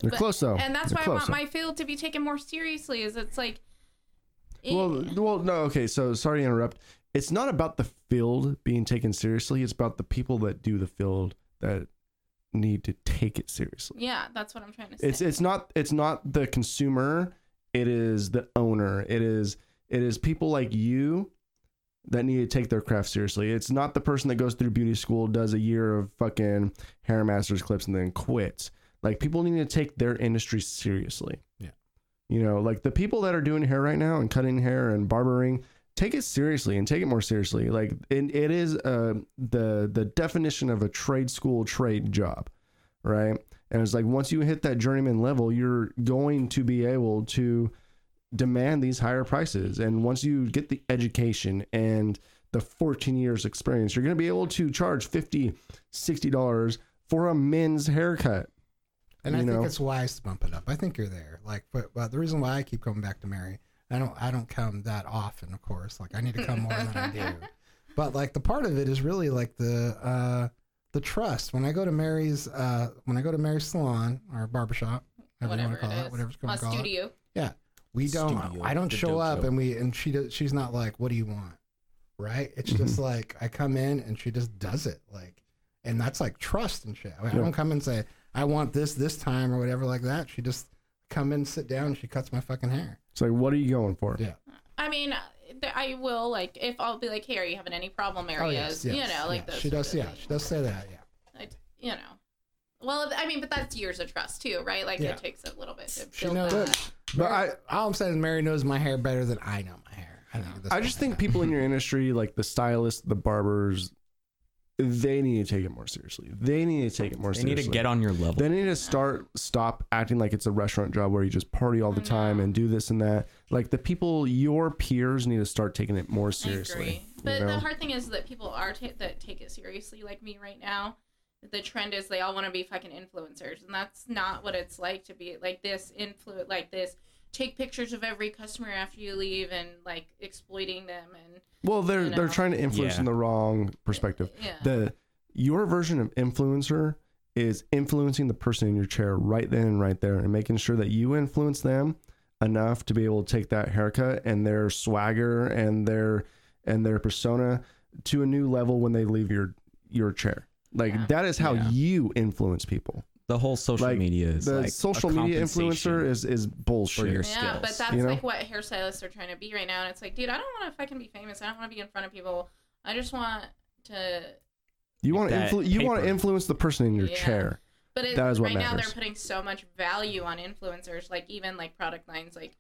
C: you're
F: But-
C: close though.
F: and that's
C: You're
F: why I
C: close,
F: want
C: though.
F: my field to be taken more seriously. Is it's like, it-
C: Well, well, no, okay. So sorry to interrupt. It's not about the field being taken seriously. It's about the people that do the field that need to take it seriously.
F: yeah, that's what I'm trying to say.
C: It's it's not it's not the consumer. It is the owner. It is it is people like you that need to take their craft seriously. It's not the person that goes through beauty school, does a year of fucking hair masters clips, and then quits. Like people need to take their industry seriously.
A: Yeah.
C: You know, like the people that are doing hair right now and cutting hair and barbering, take it seriously and take it more seriously. Like it, it is uh, the the definition of a trade school trade job, right? And it's like once you hit that journeyman level, you're going to be able to demand these higher prices. And once you get the education and the 14 years experience, you're going to be able to charge 50, 60 dollars for a men's haircut.
A: And I
C: you
A: think
C: know?
A: it's wise to bump it up. I think you're there. Like, but, but the reason why I keep coming back to Mary, I don't, I don't come that often, of course. Like, I need to come more than I do. But like, the part of it is really like the, uh, the trust. When I go to Mary's, uh, when I go to Mary's salon or barbershop, whatever,
F: whatever
A: you want to call it,
F: is.
A: whatever you
F: My
A: want to call it.
F: studio.
A: Yeah, we don't.
E: Studio,
A: I don't
E: the
A: show
E: dope
A: up,
E: show.
A: and we, and she, does, she's not like, what do you want? Right? It's just like I come in and she just does it. Like, and that's like trust and shit. I, mean, I
C: Yeah.
A: don't come and say I want this this time or whatever like that. She just come in, sit down, and she cuts my fucking hair.
C: It's like, what are you going for?
A: Yeah.
F: I mean, th- I will like if I'll be like, "Hey, are you having any problem
C: Oh,
F: areas?" you know, like
A: Oh, yeah.
F: those
A: she
F: sort
A: does.
F: of
A: Yeah,
F: things.
A: she does say that. Yeah.
F: Like, you know. Well, I mean, but that's years of trust too, right? Like
A: Yeah.
F: it takes a little bit to
A: She
F: build
A: knows.
F: that.
C: But I,
A: All I'm saying is Mary knows my hair better than I know my hair. I, think at this
C: I
A: point.
C: just think people in your industry, like the stylists, the barbers, they need to take it more seriously. They need to take it more
E: they
C: seriously.
E: need to get on your level.
C: They need to start stop acting like it's a restaurant job where you just party all the time and do this and that. Like the people, your peers need to start taking it more
F: I agree.
C: seriously. you
F: But
C: know?
F: the hard thing is that people are ta- that take it seriously, like me right now. The trend is they all want to be fucking influencers, and that's not what it's like to be like this influ like this. Take pictures of every customer after you leave, and like exploiting them, and
C: well, they're
F: you know.
C: they're trying to influence
E: Yeah.
C: in the wrong perspective.
F: yeah.
C: The your version of influencer is influencing the person in your chair right then and right there, and making sure that you influence them enough to be able to take that haircut and their swagger and their and their persona to a new level when they leave your your chair. Like
F: Yeah.
C: that is how
E: Yeah.
C: you influence people.
E: the whole social
C: like,
E: media is
C: the
E: like a
C: social media influencer
E: compensation
C: is is
E: for
C: bullshit.
E: your
F: Yeah,
E: skills.
F: but that's
C: you know?
F: like what hairstylists are trying to be right now. And it's like, dude, I don't want to fucking be famous. I don't want to be in front of people. I just want to.
C: you want to
E: that
C: influ- you want to
E: paper.
C: influence the person in your
F: Yeah.
C: chair.
F: But it,
C: That is what
F: right now
C: matters.
F: they're putting so much value on influencers. Like even like product lines, like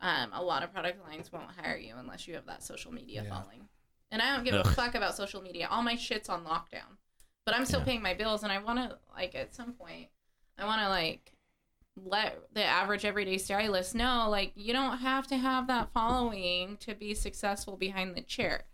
F: um, a lot of product lines won't hire you unless you have that social media
A: Yeah.
F: following. And I don't give a
E: Ugh.
F: fuck about social media. All my shit's on lockdown, but I'm still
E: Yeah.
F: paying my bills, and I want to like at some point, I want to like let the average everyday stylist know like you don't have to have that following to be successful behind the chair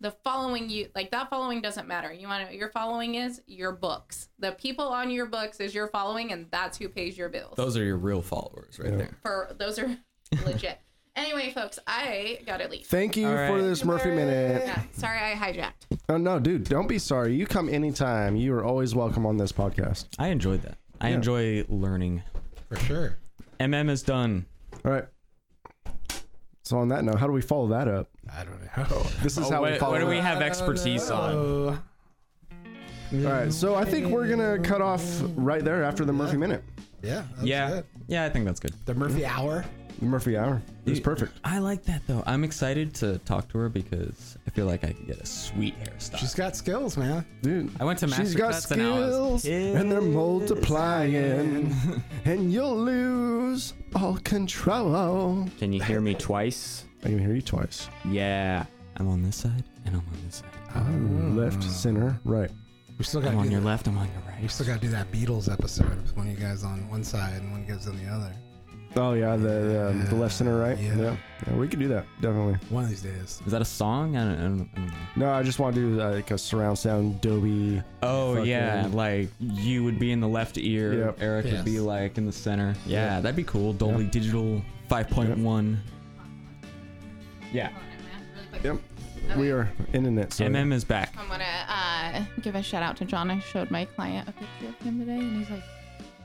F: the following you like that following doesn't matter you want to your following is your books the people on your books is your following and that's who pays your bills
E: Those are your real followers right
C: Yeah.
E: there.
F: for those are legit anyway folks i gotta leave
C: Thank you
E: All
C: for
E: right.
C: this Murphy minute.
F: yeah, sorry i hijacked
C: Oh no, dude, don't be sorry. You come anytime. You are always welcome on this podcast.
E: I enjoyed that. I
C: Yeah.
E: enjoy learning.
A: for sure.
E: MM is done.
C: All right. So on that note, how do we follow that up?
A: I don't know.
C: This is
E: Oh,
C: how we
E: what-
C: follow.
E: what do we
C: up.
E: have expertise on?
A: Oh.
C: All right. So I think we're gonna cut off right there after the Murphy minute.
A: Yeah. that's
E: Yeah,
A: it.
E: yeah, I think that's good.
A: The Murphy Hour.
C: Murphy hour. It was
E: You-
C: perfect.
E: I like that though. I'm excited to talk to her because I feel like I could get a sweet hairstyle.
A: She's got skills, man.
C: Dude.
E: I went to
C: She's got
E: MasterClass and I was
C: skills
E: pissed.
C: and they're multiplying. and you'll lose all control.
G: Can you hear me twice?
C: I can hear you twice.
G: Yeah.
E: I'm on this side and I'm on this side.
C: Left, center, right.
A: We still
E: I'm
A: got
E: on your
A: to
E: left. I'm on your right.
A: we still got to do that Beatles episode with one of you guys on one side and one of you guys on the other.
C: Oh yeah, the the, um, the left, center, right.
A: Yeah.
C: yeah. Yeah, we could do that definitely.
A: One of these days.
E: Is that a song? I don't, I don't, I don't know.
C: No, I just want to do uh, like a surround sound, Dolby.
E: Oh
C: Fucking-
E: yeah, like you would be in the left ear.
C: Yep.
E: Eric would be
A: Yes.
E: like in the center. Yeah,
C: Yeah.
E: that'd be cool. Dolby Digital 5.1. Yeah.
C: Yep. We are internet. So
E: MM is back.
F: I'm gonna uh, give a shout out to John. I showed my client a picture of him today, and he's like,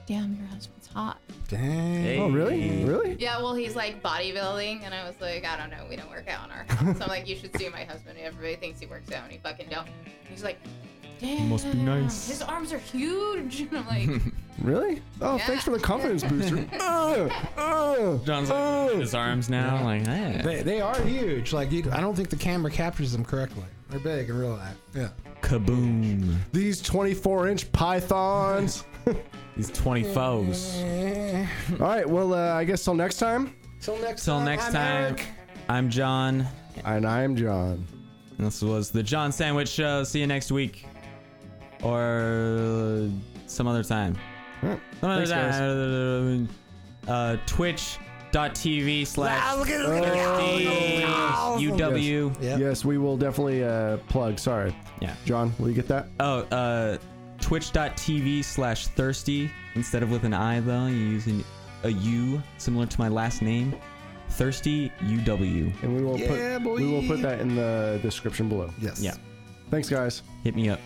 F: "Damn, your husband's hot."
A: Dang.
C: Oh really? Really?
F: Yeah, well, he's like bodybuilding, and I was like, "I don't know, we don't work out on our house." so I'm like, "You should see my husband. Everybody thinks he works out, and he fucking don't." And he's like, "Damn,
E: must be nice."
F: His arms are huge." And I'm like,
C: Really? Oh,
F: Yeah.
C: thanks for the confidence booster. uh, uh,
E: John's
C: uh.
E: like his arms now. Like eh.
A: They, they are huge. Like you, I don't think the camera captures them correctly. They're big in real life. Yeah.
E: kaboom.
C: These 24 inch pythons.
E: These 20 foes.
C: All right. Well, uh, I guess till next time.
A: Till next
E: Till next time, I'm John,
C: And I'm John.
E: and this was the John Sandwich Show. See you next week, or some other time.
C: All right.
E: Some other
C: Thanks, guys.
E: time. Uh, Twitch.tv slash UW.
A: Yep.
C: Yes, we will definitely uh, plug. Sorry.
E: Yeah.
C: John, will you get that?
E: Oh, uh, twitch.tv slash thirsty. Instead of with an I, though, you use an, a U, similar to my last name. Thirsty UW.
C: And we will
A: Yeah,
C: put we will
A: boy.
C: put that in the description below.
A: Yes.
E: Yeah.
C: Thanks, guys.
E: Hit me up.